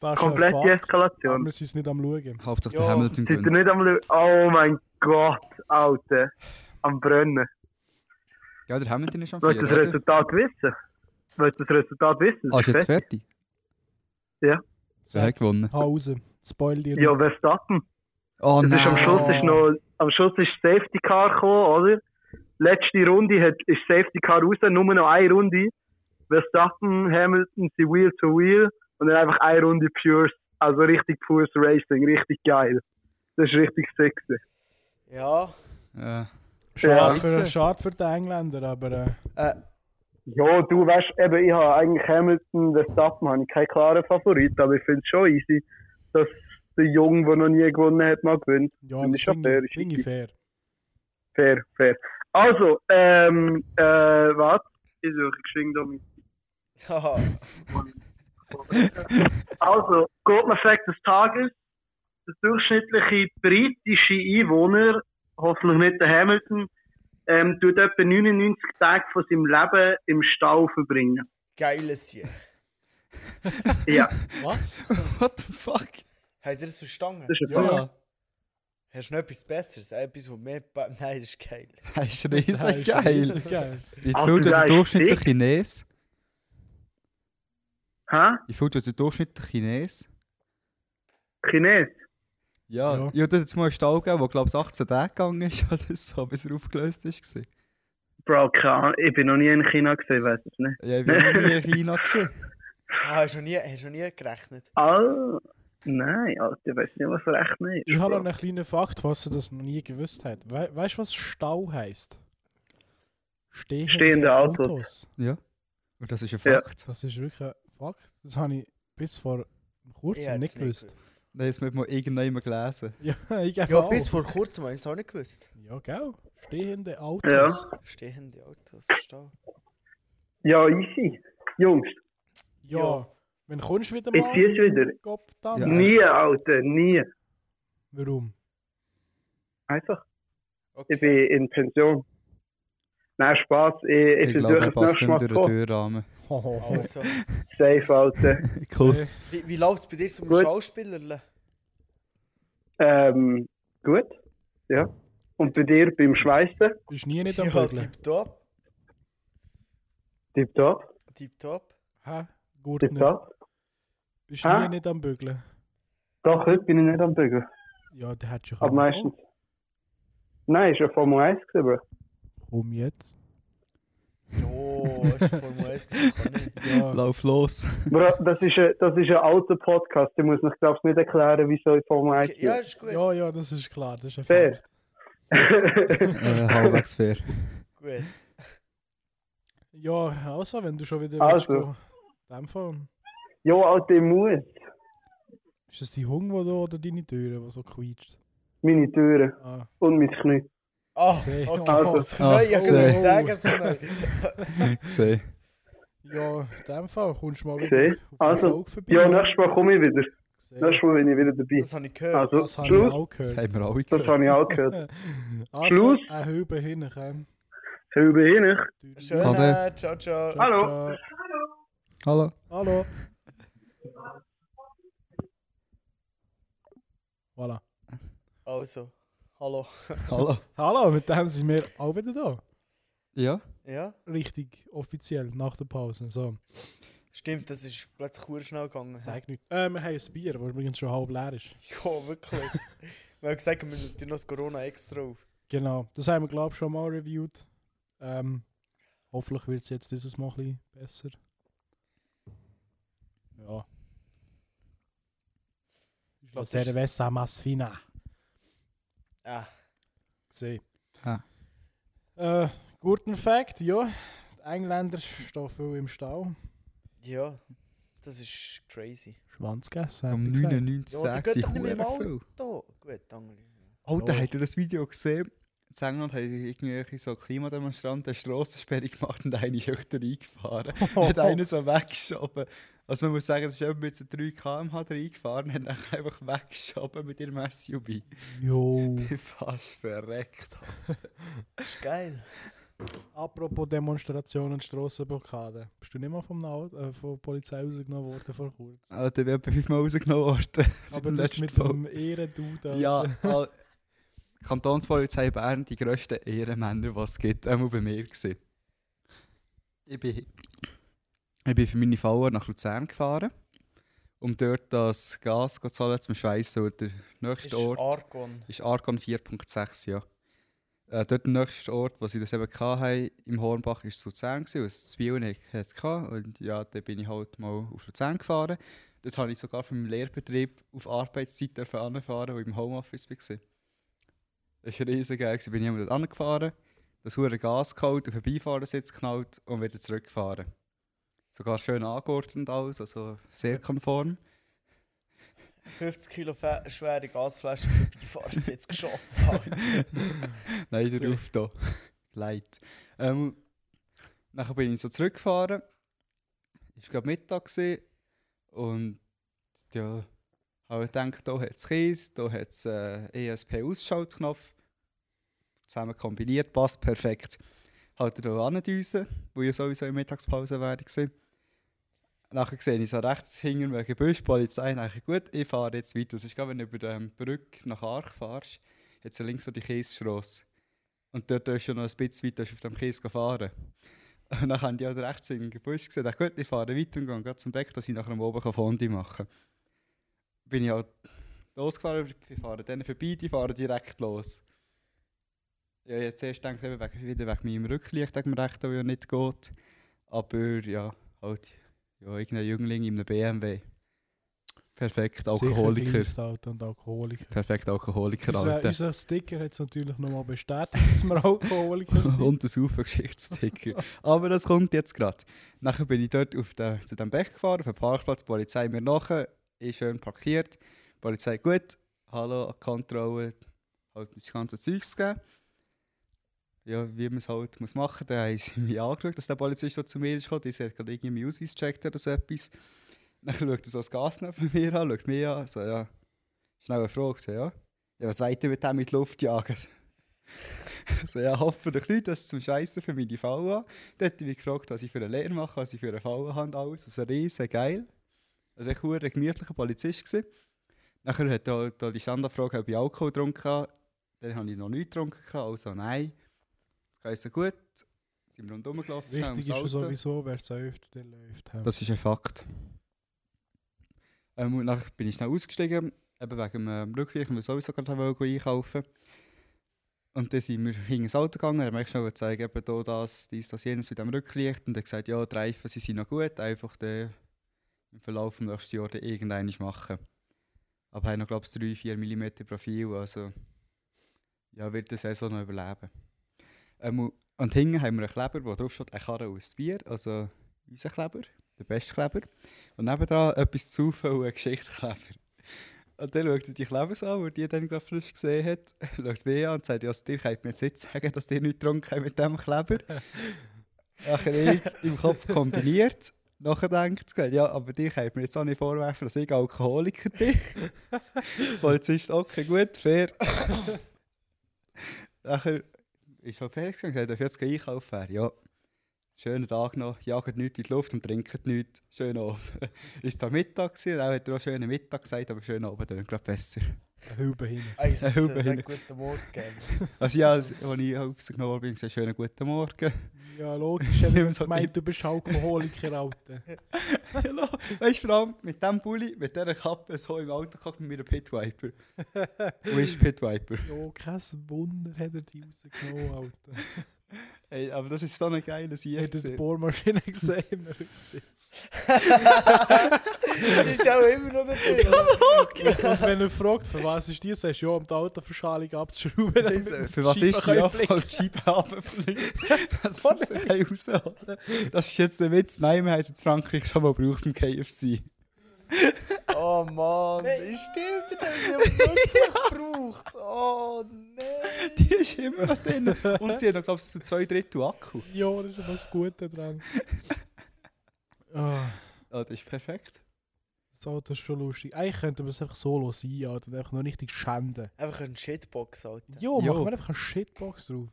A: Das ist ein Fuck.
D: Komplette
A: Aber
D: Eskalation.
A: wir sind nicht am Schauen.
B: Hauptsache
C: Ja.
B: der Hamilton
D: Seid ihr
B: gewinnt.
D: nicht am Lü Oh mein Gott, alte. Am Brennen.
B: Ja, der Hamilton ist am
D: Wollt
B: 4,
D: ihr das
B: oder?
D: Resultat wissen? Wollt ihr das Resultat wissen?
B: Ah, ist jetzt fertig? Er hat
A: Sag
B: gewonnen.
A: Pause. Spoil dir.
D: Ja, Verstappen.
B: Oh
D: Das ist am
B: nein.
D: Schluss ist noch, am Schluss ist Safety Car gekommen, oder? Letzte Runde hat, ist Safety Car raus, nur noch eine Runde. Verstappen, Hamilton sind Wheel to Wheel und dann einfach eine Runde Pures. Also richtig pures Racing, richtig geil. Das ist richtig sick. gewesen.
C: Ja,
B: Ja.
A: Schade,
D: Ja.
A: für, schade für die Engländer, aber äh,
C: äh,
D: Ja, du weißt, eben, ich habe eigentlich Hamilton, Verstappen, habe ich keinen klaren Favorit, aber ich finde es schon easy, dass der Junge, der noch nie gewonnen hat, mal gewinnt.
A: ja,
D: Und
A: das
D: ist ja
A: finde
D: fair,
A: ich-
D: ist
A: finde ich fair.
D: Fair, fair. Also, ähm, äh, was? Ich suche geschwind um.
C: Haha.
D: Also, Goldman Fact des Tages. Der durchschnittliche britische Einwohner, hoffentlich nicht der Hamilton, ähm, tut etwa 99 Tage von seinem Leben im Stau verbringen.
C: Geiles hier.
D: Ja,
A: Was?
B: What the fuck?
C: Habt ihr das verstanden?
D: das ist ein
A: Ja.
D: Fakt.
C: Hast du noch etwas Besseres? Äh, Etwas, wo mehr. Ba Nein, das ist geil.
B: Das Ah, ist
A: Nein,
B: riesig
A: ist riesig
B: geil.
A: geil.
B: Wie
D: Ach,
B: viel
D: du
B: tut der
D: sagst
B: durchschnittliche
D: dick?
B: Chines?
D: Hä?
B: Wie viel tut der durchschnittliche Chines?
D: Chines?
B: Ja,
A: Ja.
B: ich hatte jetzt mal einen Stall gegeben, der glaube ich 18 Tage gegangen ist oder so, bis er aufgelöst ist. Ja,
D: Bro, keine Ahnung. Ich bin noch nie in China gesehen, weiß es nicht.
B: ich war noch nie in China. Gewesen.
C: Ah, hast du noch nie, hast du noch nie gerechnet?
D: Ah, nein, Alter, ich weiß nicht, was recht ist.
A: Ich habe noch
D: Bro.
A: einen kleinen Fakt, falls ihr das noch nie gewusst habt. We weißt du, was Stau heisst? Stehende,
D: Stehende Autos.
B: Ja. Und das ist ein
D: Ja.
B: Fakt.
A: Das ist wirklich ein Fakt. Das habe ich bis vor
C: Ich
A: kurzem
C: hätte es
A: nicht gewusst.
B: Nein, das müssen wir irgendwann gelesen.
A: Ja, ich gebe
C: Ja,
A: auf.
C: bis vor kurzem habe ich es auch nicht gewusst.
A: Ja, gell? Stehende Autos.
D: Ja.
C: Stehende Autos, Stau.
D: Ja, easy. Jungs,
A: Ja.
C: Ja.
A: Wenn kommst du wieder
D: Jetzt
A: mal?
D: siehst du wieder.
A: Kopf da.
B: Ja.
D: nie, Alter, nie.
A: Warum?
D: Einfach. Ich
C: Okay.
D: bin in Pension. Nein, Spaß. Ich, ich,
B: Ich glaube,
D: versuche
B: er
D: es
B: passt
D: nächstes
B: nicht mehr
D: Mal
B: durch
D: zu
B: den
D: kommen.
B: Türrahmen.
A: Hohoho.
C: Also,
D: Safe, Alter.
B: Kuss.
C: wie, wie läuft es bei dir zum
D: Gut.
C: Schauspielerle?
D: ähm, gut. Ja. Und bei dir beim Schweißen?
A: Bist nie nicht am
C: Ja,
A: Bügeln.
C: tipptopp.
D: Tipptopp.
C: Tipptopp.
A: Hä? Gut nicht.
D: Tipptopp.
A: Bist
D: Hä?
A: nie nicht am Bügeln.
D: Doch, heute bin ich nicht am Bügeln.
A: Ja, der hat schon
D: Aber meistens. Nein, ist ja Formel 1 gewesen, Bro.
A: Komm jetzt.
C: Oh, hast du Formel 1 gesehen? Kann nicht.
A: Ja,
B: ah. Lauf los.
D: Bro, das ist ein, das ist ein alter Podcast. Ich muss mich, glaube ich, nicht erklären, wieso ich Formel 1
C: Okay, Ja, ist gut.
A: ja, ja, das ist klar. Das ist ein
D: Fair.
A: Fakt.
D: bin.
B: äh, halbwegs fair.
C: Gut.
A: Ja, also, wenn du schon wieder
D: Also.
A: willst, gehen. in dem Fall.
D: Jo, Alter, ich muss.
A: Ist das die Hunger die da oder deine Türe, die so quietscht?
D: Meine Türen
A: Ah,
D: und mein Knie.
C: Ah,
A: Sehr.
C: okay.
D: Also.
C: das kann ich ja
A: Ah,
C: gerade
A: sehr.
C: sagen, so neu.
B: Gesehen.
A: ja, in dem Fall kommst du mal wieder
D: Gesehen.
A: auf die
D: Also,
A: Folge vorbei.
D: Ja, nächstes Mal komme ich wieder.
A: Gesehen.
D: Nächstes Mal bin ich wieder dabei.
C: Das habe ich gehört.
D: Also,
A: Das habe ich
D: Schluss.
A: auch
B: Das
A: gehört.
B: haben wir alle
D: Das
B: gehört.
D: habe ich auch gehört.
A: Also,
D: Schluss.
A: ein Hübe hinkommen.
D: Hübe hin.
A: Also,
C: Schöne, ciao, ciao.
D: Hallo.
B: Hallo.
A: Hallo. Voilà.
C: Also, hallo.
B: Hallo.
A: Hallo, mit dem sind wir auch wieder da.
B: Ja?
C: Ja,
A: Richtig offiziell nach der Pause. So,
C: stimmt, das ist plötzlich sehr schnell gegangen.
A: sag nicht. Äh, wir haben ein Bier, das übrigens schon halb leer ist.
C: Ja, wirklich. Wir haben gesagt, wir nehmen noch das Corona extra auf.
A: Genau, das haben wir, glaube ich, schon mal reviewed. Ähm, hoffentlich wird es jetzt dieses Mal ein bisschen besser. Ja. Ich
C: glaub, das
A: lasse
C: ist-
A: Cerveza más fina.
C: Ah,
A: gesehen.
B: Ah.
A: Äh, guten Fakt, ja. Die Engländer stehen viel im Stau.
C: ja, das ist crazy.
A: Schwanz gegessen.
B: Um
A: hab ich gesagt.
B: 99
C: Ja, der
B: Tage
C: geht
B: sind
C: doch nicht mehr
B: verdammt
C: mal.
B: viel.
C: Da, gut, danke.
B: Oh, da
A: Ja.
B: habt ihr das Video gesehen? In England haben irgendwelche so Klimademonstranten eine Strassensperre gemacht und eine ist öfter eingefahren. hat einen so weggeschoben. Also man muss sagen, es ist eben mit so 3 km/h reingefahren und hat dann einfach weggeschoben mit ihrem SUV.
A: Jo.
B: Ich bin fast verreckt.
C: Ist geil.
A: Apropos Demonstrationen und Strassenblockade. Bist du nicht mal vom Nau- äh, von der Polizei rausgenommen worden vor kurzem?
B: Alter, ich bin etwa fünfmal rausgenommen worden. seit
A: Aber
B: dem
A: das
B: letzten
A: mit
B: Mal.
A: dem Ehrendude.
B: Ja, al- Kantonspolizei Bern, die grössten Ehrenmänner, die es gibt, einmal bei mir gewesen. Ich bin, ich bin für meine Follower nach Luzern gefahren, um dort das Gas zu zahlen zum Schweissen. Und der
C: Ist
B: nächste Ort
C: Argon.
B: ist Argon 4.6, ja. Äh, dort der nächste Ort, wo sie das eben hatten, im Hornbach, war Luzern, gewesen, weil es Zwiebeln hatte. Und ja, dann bin ich halt mal auf Luzern gefahren. Dort habe ich sogar von meinem Lehrbetrieb auf Arbeitszeit dürfen anfahren, wo ich im Homeoffice war. Das war riesig geil. gewesen. Bin ich einmal dort angefahren, das hure Gas geholt, auf den Beifahrersitz geknallt und wieder zurückgefahren. Sogar schön angeordnet und alles, also sehr konform.
C: 50 Kilo fe- schwere Gasflasche für Beifahrersitz geschossen. Alter.
B: Nein,
A: Sehr.
B: darauf da. Leid. Ähm, nachher bin ich so zurückgefahren. Es war gerade Mittag gewesen. und ja, habe ich gedacht, hier hat es Kies, hier hat es äh, ESP-Ausschaltknopf. Zusammen kombiniert, passt perfekt. Halt hier andüsen, wo ich sowieso in der Mittagspause wäre. gewesen. Nachher sehe ich so rechts hinter einem Gebüsch, die Polizei. Dann dachte ich, gut, ich fahre jetzt weiter. Es ist gerade, wenn du über ähm, die Brücke nach Arch fährst, hat es links so die Kiesstrasse. Und dort ist schon noch ein bisschen weiter auf dem Kies gefahren. Und dann haben die halt rechts in den Gebüsch gesehen, dachte, gut, ich fahre weiter und gehe gerade zum Beck, dass ich nachher am oben kann Fondue machen kann. Bin ich halt losgefahren, wir fahren dann vorbei, die fahren direkt los. Ja, jetzt erst denke ich eben wegen- wieder wegen meinem Rücklicht, wegen dem rechten, der ja nicht geht. Aber ja, halt, ja, irgendein Jüngling in einem BMW. Perfekt, Alkoholiker.
A: Alter und Alkoholiker.
B: Perfekt, Alkoholiker,
A: Unser,
B: Alter.
A: unser Sticker hat es natürlich nochmal bestätigt, dass wir Alkoholiker sind.
B: Und ein Saufengeschichtssticker. Aber das kommt jetzt gerade. Nachher bin ich dort auf den, zu dem Bech gefahren, auf den Parkplatz, die Polizei mir nachher, ist schön parkiert. Die Polizei, gut, hallo, Kontrolle, halt mein ganzes Zeugs gegeben. Ja, wie man es halt muss machen muss, dann haben sie mich angeschaut, dass der Polizist, der zu mir ist, gekommen ist, hat gerade irgendwie meinen Ausweis gecheckt oder so etwas. Dann schaut er so das Gas neben mir an, schaut mich an, so, ja, schnell eine Frage, so, ja. Ja, was weiter mit dem in die Luft jagen? Also ja, hoffentlich nicht, das ist zum Scheißen für meine VA. Dort habe ich mich gefragt, was ich für eine Lehre mache, was ich für eine VA habe und alles. Also riesen geil. Also ich war ein gemütlicher Polizist. Gewesen. Nachher hat er da die Standardfrage, ob ich Alkohol getrunken habe. Dann habe ich noch nichts getrunken, also nein. Das heisst gut. Sind wir rundherum gelaufen. haben
A: Wichtig ist
B: ums
A: ja
B: Auto.
A: sowieso, wer säuft, der läuft. halt. hä?
B: Das ist ein Fakt. Ähm, und nachher bin ich schnell ausgestiegen, eben wegen dem ähm, Rücklicht, weil wir sowieso gerade wollten einkaufen. Und dann sind wir hinter das Auto gegangen, haben mir schnell gezeigt, eben hier das, dies, das, jenes mit dem Rücklicht. Und er gesagt, ja, die Reifen sie sind noch gut, einfach den im Verlauf des nächsten Jahres irgendeinen machen. Aber haben noch, glaube ich, 3-4 mm Profil, also ja, wird die Saison noch überleben. Ähm, und- und hinten haben wir einen Kleber, wo drauf steht, ein Karre aus Bier, also unser Kleber der beste Kleber. Und nebendran etwas zu saufen und ein Geschichtkleber. Und dann schaut er die Kleber so an, die er dann gerade frisch gesehen hat, schaut mich an und sagt, ja, also, dir könnt mir jetzt nicht sagen, dass ihr nicht getrunken habt mit diesem Kleber. Nachher ich im Kopf kombiniert, nachher denkt, gesagt, ja, aber dir könnt mir jetzt auch nicht vorwerfen, dass ich Alkoholiker bin. Polizist, okay, gut, fair. nachher ist halt fair gewesen, und gesagt, darf ich jetzt gehen einkaufen? Er, Ja. Schönen Tag noch, jagt nichts in die Luft und trinkt nichts. Schön oben. Ist da Mittag gewesen, und auch hat er auch schönen Mittag gesagt, aber schön oben tönt gerade besser.
A: Eine Hübe hin.
C: Eigentlich
B: Ein
C: hätte es einen sehr
B: Hübelhinger.
C: guten Morgen gegeben.
B: Also ja, als als ich aufgenommen habe, bin ich gesagt, schönen guten Morgen.
A: Ja, logisch. Ich
B: Nimm's halt
A: meine,
B: mit.
A: du bist Alkoholiker, Alter.
B: Hallo. Weißt du, vor allem mit diesem Bulli, mit dieser Kappe, so im Auto gekocht mit meiner Pitwiper. Wo ist Pitwiper?
A: Ja, Oh, kein Wunder hat er die rausgenommen, Alter.
B: Ey, aber das ist so eine geile
A: Hat er
B: Sicht.
A: die Bohrmaschine gesehen im Rücksitz.
C: Das ist auch immer noch der Film.
A: Und wenn er fragt, für was ist die, sagst du, ja, um die Autoverschalung abzuschrauben. damit wir die
B: Für was
A: Scheibe
B: ist die
A: können
B: Affe
A: flicken.
B: als Scheibenhaben Das muss ich ein bisschen rausholen. Das ist jetzt der Witz. Nein, wir haben es in Frankreich schon mal gebraucht im KFC.
C: Oh Mann, ist stimmt, den haben wir wirklich gebraucht. Oh nein.
B: Die ist immer noch drin. Und sie hat noch, glaube ich, so zwei Drittel Akku.
A: Ja, da ist ja was Gutes dran. Ah,
B: Ah, das ist perfekt.
A: das Auto ist schon lustig. Eigentlich könnten wir es einfach solo sein, Alter. Einfach noch richtig schänden.
C: Einfach ein Shitbox, Alter.
A: Jo,
B: Jo.
A: machen wir einfach eine Shitbox drauf.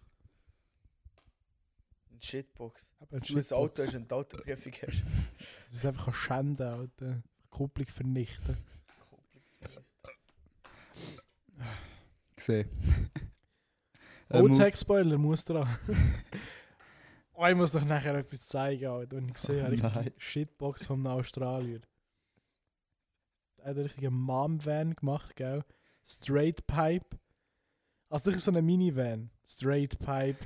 C: Ein Shitbox.
A: Eben,
C: Wenn
A: ein
C: du ein Auto
A: Shitbox.
C: hast und die Autoprüfung hast.
A: Das ist einfach eine Schande, Alter. Kupplung vernichten.
B: Gesehen. Ähm,
A: Oldsack-Spoiler muss dran. oh, ich muss doch nachher etwas zeigen, Alter. Und ich sehe eine
B: Oh, Nein.
A: richtige Shitbox vom Australier. Er hat einen richtigen Mom-Van gemacht, gell? Straight Pipe. Also das ist so eine Minivan. Straight Pipe.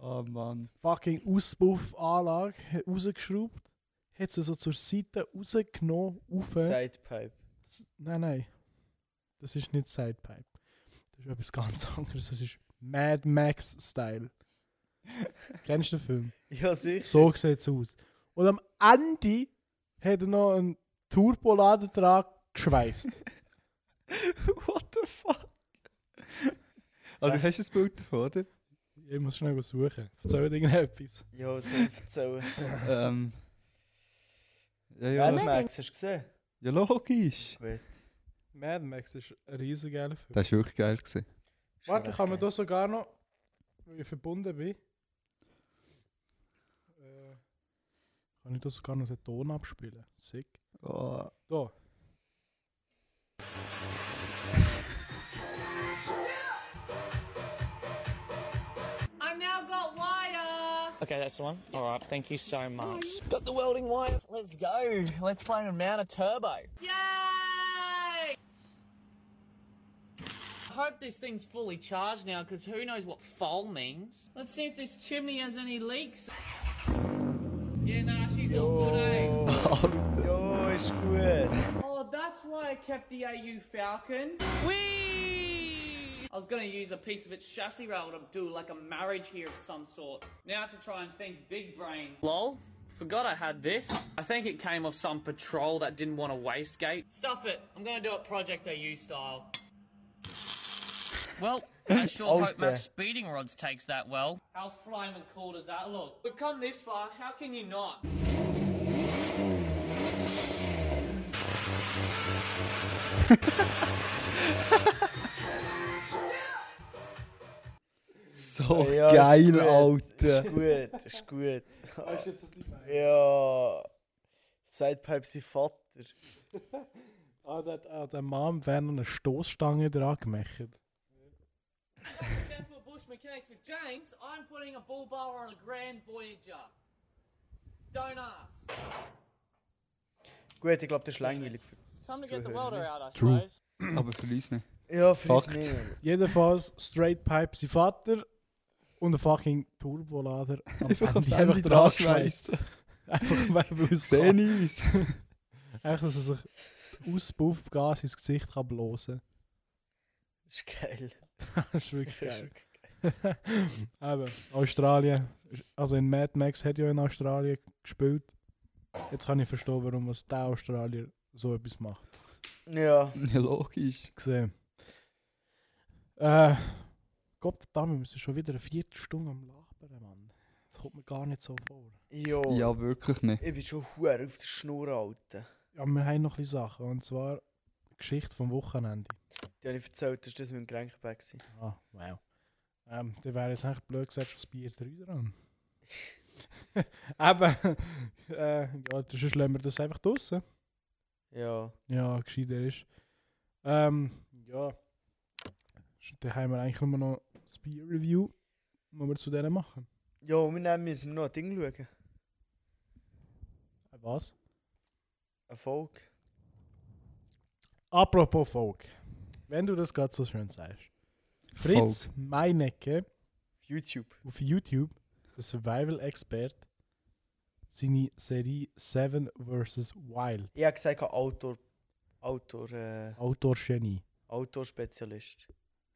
B: Oh Mann.
A: Fucking Auspuffanlage rausgeschraubt. Hat sie so zur Seite rausgenommen, auf.
C: Sidepipe.
A: S- Nein, nein. Das ist nicht Sidepipe. Das ist etwas ganz anderes. Das ist Mad Max-Style. Kennst du den Film?
C: Ja, sicher.
A: So sieht es aus. Und am Ende hat er noch einen Turboladentrag geschweißt.
B: Ah, What the fuck? Also, du hast ein Bild davon, oder?
A: Ich muss schnell was suchen. Erzähl irgendetwas.
E: Ja, was soll ich erzählen?
B: Ähm. Ja,
E: Ja,
B: ja,
E: Mad Max, hast du gesehen?
B: ja, logisch.
E: Gut.
A: Mad Max ist ein riesen geiler Film.
B: Das war wirklich geil. Gewesen.
A: Warte, kann man
E: das?
A: da sogar noch, weil ich verbunden bin, äh, kann ich da sogar noch den Ton abspielen? Sick.
B: Oh.
A: Da.
F: I've now got wire.
G: Okay, that's the one. All right, thank you so much. Got the welding wire. Let's go. Let's play and mount a turbo.
F: Yay!
G: I hope this thing's fully charged now, because who knows what full means.
F: Let's see if this chimney has any leaks. Yeah, nah, she's all good, eh?
C: Jo, ist gut.
F: Oh, that's why I kept the AU Falcon. Whee! I was gonna use a piece of its chassis rail to do like a marriage here of some sort. Now to try and think big brain.
G: Lol. Forgot I had this. I think it came off some patrol that didn't want to wastegate. Stuff it. I'm gonna do it Project AU style. Well, I sure hope
C: Alter.
G: Max Speeding Rods takes that well. How flying and cool does that look? We've come this far. How can you not?
B: So
C: Ja, ist
B: geil,
C: gut,
B: Alter.
C: Ist gut, ist gut.
A: Weißt du jetzt, was ich meine?
C: Ja. Sidepipe sein Vater.
A: Ah, der, ah, der Mann wäre noch eine Stoßstange dran gemacht.
G: Careful bush mechanics with James. I'm putting a bull bar on a Grand Voyager. Don't ask.
C: Gut, ich glaube, das ist langweilig. für-
G: Time to
C: get the welder
G: out, I
A: True.
G: suppose.
B: Aber für uns nicht.
C: Ja, für uns
B: Fakt.
C: nicht.
A: Jedenfalls Straight Pipe sein Vater und ein fucking Turbolader. am
B: Einfach am
A: Ende
B: Handy dran schmeißen.
A: Einfach weil wir es
B: Sehr
A: kann.
B: nice.
A: Einfach, dass er sich Auspuffgas ins Gesicht kann blasen
C: Das ist geil.
A: kann. das ist wirklich
C: Das ist
A: geil.
C: wirklich geil.
A: Eben, Australien. Also in Mad Max hat ja in Australien gespielt. Jetzt kann ich verstehen, warum was der Australier so etwas macht.
C: Ja.
B: Ja, logisch.
A: Gesehen. Äh, Gott, wir müssen schon wieder eine Viertelstunde am Labern, Mann. Das kommt mir gar nicht so vor.
C: Jo.
B: Ja, wirklich nicht.
C: Ich bin schon huere auf der Schnur, Alter.
A: Ja, wir haben noch ein bisschen Sachen. Und zwar die Geschichte vom Wochenende.
C: Die habe ich erzählt, dass das mit dem Gelenkbag war.
A: Ah, wow. Ähm, dann wäre jetzt eigentlich blöd gesagt, schon das Bier 3 dran. Eben. äh, ja, sonst lassen wir das einfach draussen.
C: Ja.
A: Ja, gescheiter ist. Ähm, ja. Sch- Dann haben wir eigentlich nur noch das Peer-Review, was wir zu denen machen.
C: Ja, und wir nehmen, müssen wir noch ein Ding schauen.
A: Äh, Was?
C: Erfolg.
A: Apropos Folk. Wenn du das gerade so schön sagst. Fritz Meinecke
C: Auf YouTube.
A: auf YouTube, der Survival-Expert, seine Serie Seven vs. Wild.
C: Ich habe gesagt, Autor. Autor. Äh,
A: Outdoor-Genie.
C: Autorspezialist.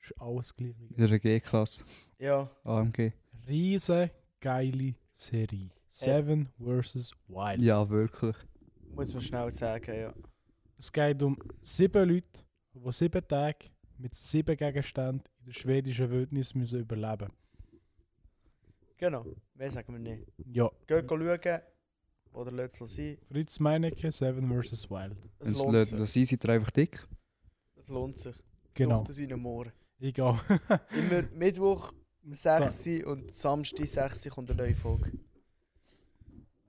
A: Ist alles gleich.
B: In der G-Klasse.
C: Ja.
B: AMG.
A: Riesen geile Serie. Seven vs. Wild.
B: Ja, wirklich.
C: Muss man schnell sagen, ja.
A: Es geht um sieben Leute, die sieben Tage mit sieben Gegenständen in der schwedischen Wildnis müssen überleben
C: Genau. Mehr sagen wir nicht.
A: müssen. Ja,
C: Geht schauen. Oder lasst es sein.
A: Fritz Meinecke, Seven vs. Wild.
C: Es
B: Und
C: lohnt
B: das
C: sich.
B: das sind drei einfach dick.
C: Es lohnt sich.
A: Genau.
C: Sucht es in Morgen.
A: Egal.
C: Immer Mittwoch
A: So,
C: 6 Uhr und Samstag 6 Uhr kommt eine neue Folge.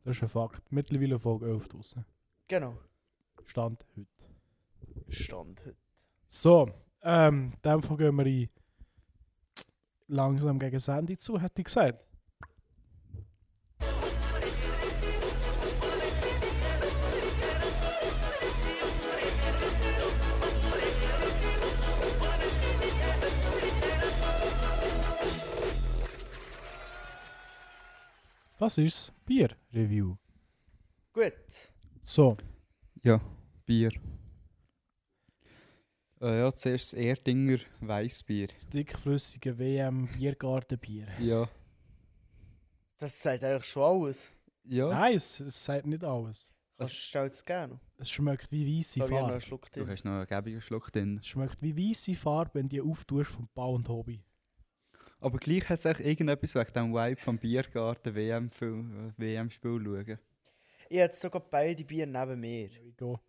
A: Das ist ein Fakt. Mittlerweile Folge 11 draussen.
C: Genau.
A: Stand heute.
C: Stand heute.
A: So, ähm, in dem Fall gehen wir ein. Langsam gegen das Ende zu, hätte ich gesagt. Das ist das Bier-Review.
C: Gut.
A: So,
B: Ja, Bier. Äh, ja, zuerst das Erdinger Weissbier.
A: das dickflüssige WM-Biergartenbier.
B: Ja.
C: Das sagt eigentlich schon alles.
B: Ja.
A: Nice, es sagt nicht alles.
C: Kannst du schnell zu gerne?
A: Es schmeckt wie weisse
C: Da habe ich noch
A: Farbe.
C: einen Schluck
B: Du
C: drin.
B: hast noch einen gäbigen Schluck drin.
A: Es schmeckt wie weisse Farbe, wenn die auftust vom Bau und Hobby.
B: Aber gleich hat es echt irgendetwas wegen dem Vibe vom Biergarten WM-Spiel WM äh, schauen.
C: Ich hätte sogar beide Bier neben mir.
A: There we go.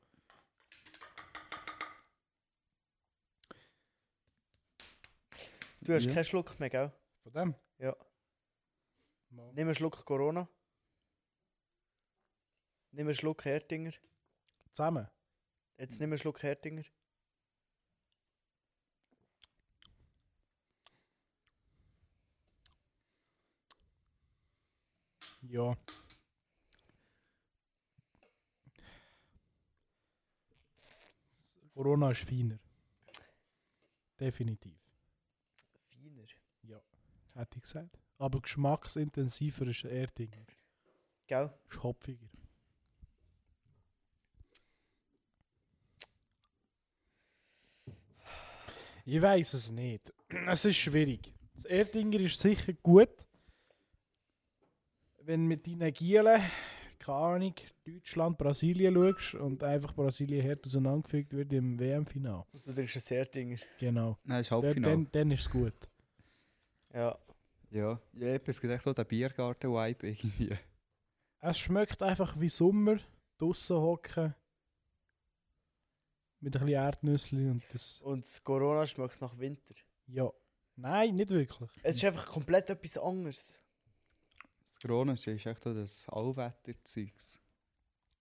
C: Du hast
B: Ja.
C: keinen Schluck mehr, gell?
A: Von dem?
C: Ja.
A: Mal.
C: Nimm einen Schluck Corona. Nimm einen Schluck Hertinger.
A: Zusammen.
C: Jetzt nimm einen Schluck Hertinger.
A: Ja. Corona ist feiner. Definitiv.
C: Feiner.
A: Hätte ich gesagt. Aber geschmacksintensiver ist Erdinger.
C: Gell?
A: Ist hopfiger. Ich weiß es nicht. Es ist schwierig. Das Erdinger ist sicher gut. Wenn mit deinen Gielen, keine Ahnung, Deutschland, Brasilien schaust und einfach Brasilien hart auseinandergefügt wird im WM-Final.
C: Du trinkst einen Hertinger.
A: Genau.
B: Nein, das ist
A: Dann,
B: Halbfinale.
A: dann, dann ist es gut.
C: Ja.
B: Ja, ja ich habe gedacht, der Biergarten-Vibe irgendwie.
A: Es schmeckt einfach wie Sommer, draußen hocken. Mit ein bisschen Erdnüsse und das.
C: Und das Corona schmeckt nach Winter.
A: Ja. Nein, nicht wirklich.
C: Es ist einfach komplett etwas anderes.
B: Das Corona ist echt auch das Allwetter-Zeugs.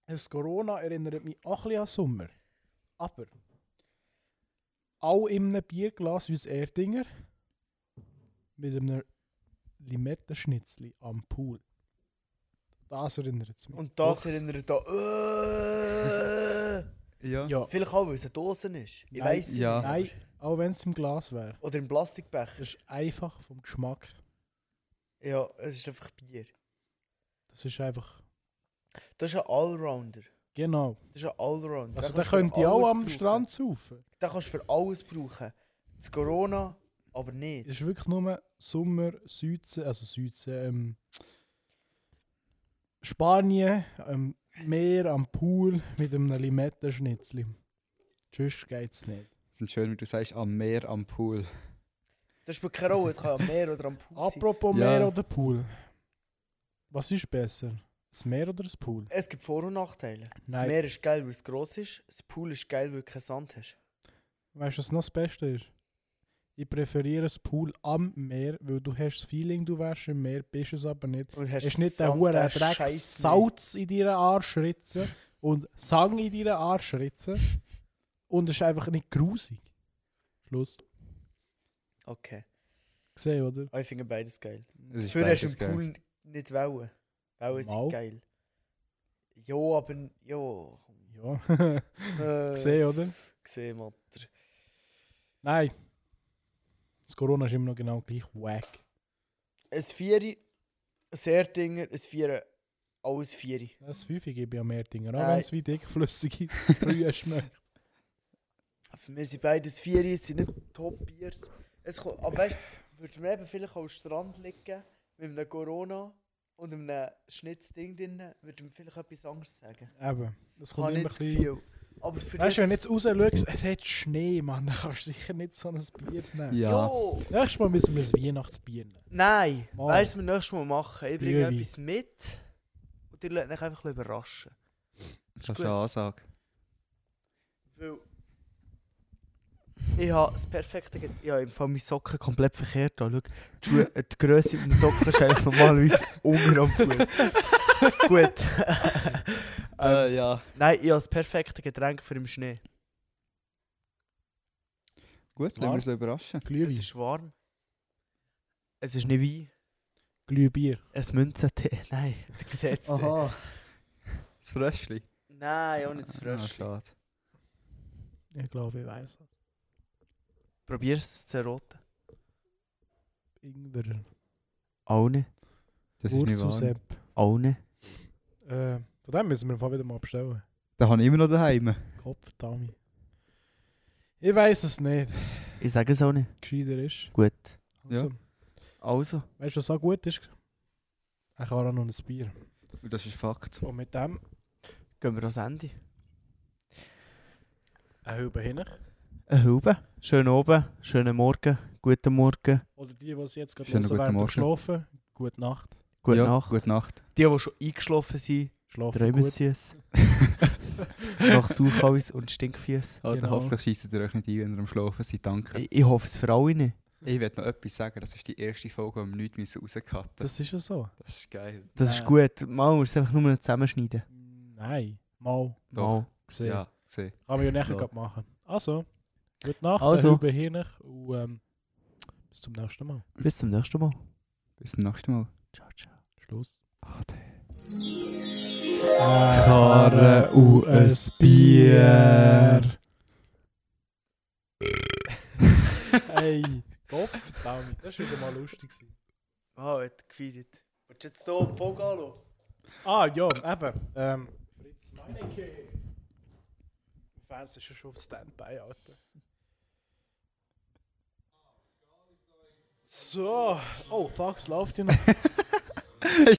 A: Das Corona erinnert mich auch ein bisschen an Sommer. Aber. Auch in einem Bierglas wie das Erdinger. Mit einem Limettenschnitzli am Pool. Das erinnert es mich.
C: Und das
A: Doch,
C: erinnert an. Äh,
B: Ja.
A: Ja.
C: Vielleicht auch, weil es eine Dose ist. Ich
A: Nein.
C: weiß es
B: Ja.
C: nicht.
A: Nein, auch wenn es im Glas wäre.
C: Oder im Plastikbecher.
A: Das ist einfach vom Geschmack.
C: Ja, es ist einfach Bier.
A: Das ist einfach.
C: Das ist ein Allrounder.
A: Genau.
C: Das ist ein Allrounder.
A: Also, da
C: Den kannst du für
A: könnt ihr auch
C: alles
A: am
C: brauchen.
A: Strand saufen.
C: Den kannst du für alles brauchen. Das Corona, aber nicht.
A: ist wirklich nur Sommer, Südsee, also Südsee, ähm, Spanien, ähm, Meer am Pool mit einem Limettenschnitzel. Tschüss, geht's nicht.
B: Und schön, wie du sagst, am Meer, am Pool.
C: Das spielt keine Rolle, es kann am Meer oder am Pool sein.
A: Apropos
B: Ja.
A: Meer oder Pool. Was ist besser? Das Meer oder das Pool?
C: Es gibt Vor- und Nachteile. Das
A: Nein.
C: Meer ist geil, weil es gross ist. Das Pool ist geil, weil du keinen Sand hast.
A: Weißt du, was noch das Beste ist? Ich präferiere das Pool am Meer, weil du hast das Feeling, du wärst im Meer, bist es aber nicht.
C: Und du hast
A: ist nicht der
C: Sand,
A: hohe
C: den
A: Dreck
C: Scheiss
A: Salz in deiner Arschritze und Sang in deiner Arschritze und es ist einfach nicht grusig. Schluss.
C: nicht. Okay.
A: Gesehen, oder?
C: Aber ich finde beides geil.
B: Das
C: Dafür hast du im
B: beides geil.
C: Pool nicht Wellen. Wellen
A: Mal.
C: sind geil. Ja, aber... n- Ja, komm.
A: Ja.
C: Äh,
A: Gesehen, oder?
C: Gesehen, Mutter.
A: Nein. Das Corona ist immer noch genau gleich wack.
C: Ein Vieri, ein Erdinger, ein Vierer, alles Vieri.
A: Das Fünfe gebe ich am Erdinger, auch
C: Nein.
A: wenn es wie dickflüssige Brühe schmeckt.
C: Für mich sind beides Vieri, es sind nicht Top-Biers. Es kommt, aber weißt du, würde mir eben vielleicht auch am Strand liegen, mit einem Corona und einem Schnitzding drin, würde mir vielleicht etwas anderes sagen.
A: Eben. Das
C: Ich habe
A: kommt immer
C: nicht
A: ein
C: zu
A: bisschen...
C: viel. Aber für
A: Weißt du, wenn du jetzt raus schaust, es hat Schnee, Mann, dann kannst du sicher nicht so ein Bier nehmen.
B: Ja.
C: Jo!
A: Nächstes Mal müssen wir ein Weihnachtsbier nehmen.
C: Nein!
A: Mal.
C: Weißt du, was wir nächstes Mal machen? Ich bringe
A: Glühwein.
C: etwas mit und ihr lasst mich einfach ein bisschen überraschen.
B: Das ist
C: gut.
B: eine Ansage.
C: Weil. Ich habe das perfekte Get Ich habe im Fall meine Socken komplett verkehrt. Da. Schau, die, Schuhe, äh, die Größe meiner Socken ist eigentlich normalerweise unter am Fuß. Gut. Ähm,
B: Äh, ja.
C: Nein, ich habe das perfekte Getränk für im Schnee.
B: Gut, lassen wir uns überraschen.
C: Es
A: Glühwein.
C: ist warm. Es ist nicht Wein.
A: Glühbier.
C: Es Münzentee. Nein, der
B: äh,
C: Gesetzte.
B: Das Fröschli.
C: Nein, auch nicht das
B: Ah,
C: Fröschli.
B: schade.
A: Ich glaube, ich weiß.
C: Probier es zu erroten.
A: Ingwer.
C: Auch nicht.
B: Das ist nicht wahr.
A: Wurzelsepp.
C: Auch nicht.
A: Äh, von dem müssen wir im Fall wieder mal abstellen.
B: Da habe ich immer noch daheim.
A: Kopf, Dami. Ich weiß es nicht.
C: Ich sage es auch nicht.
A: Gescheiter ist.
C: Gut.
A: Also,
C: Also.
A: Weißt du, was auch gut ist? Ich habe auch noch ein Bier.
B: Und das ist Fakt.
A: Und mit dem
C: Gehen wir ans Ende.
A: eine Hübe hin.
C: Ein Eine Hube. Schön oben, schönen Morgen, guten Morgen,
A: Oder die, die es jetzt gerade
B: Schönen
A: hören,
B: guten
A: während dem
B: Morgen.
A: Schlafen. Gute Nacht.
C: gute
B: ja,
C: Nacht.
B: Gute Nacht.
C: Die, die schon eingeschlafen sind,
A: Schlafen
C: träumen
A: gut.
C: sie es.
B: Genau.
C: Nach Sauchhaus und Stinkfies.
B: Alter,
A: Genau.
B: hoffentlich schiessen ihr euch nicht ein, wenn ihr am Schlafen seid. Danke.
C: Ich, ich hoffe es für alle nicht.
B: Ich will noch etwas sagen. Das ist die erste Folge, die wir nicht müssen rauscutten müssen.
A: Das ist ja so.
B: Das ist geil.
C: Das
A: Äh.
C: ist gut. Man muss es einfach nur noch zusammenschneiden.
A: Nein. Mal
B: Doch.
C: Mal.
A: gesehen.
B: Ja, gesehen.
A: Kann man ja nachher
B: Ja.
A: grad machen. Also, gute Nacht,
C: Also.
A: also. Hirnich und ähm, bis zum nächsten Mal.
C: Bis zum nächsten Mal.
B: Bis zum nächsten Mal.
C: Ciao, ciao.
A: Schluss.
B: Ade.
A: Karre und äh, ein Bier. Ey, Kopf, Daumen, das war wieder mal lustig. gewesen.
H: Wow, hat gefeiert. Willst du jetzt hier die Folge anschauen?
A: Ah, ja, eben. Ähm, Fritz Meinecke. Der Fernseher ist ja schon auf Standby, Alter. So, oh fuck, es läuft ja noch.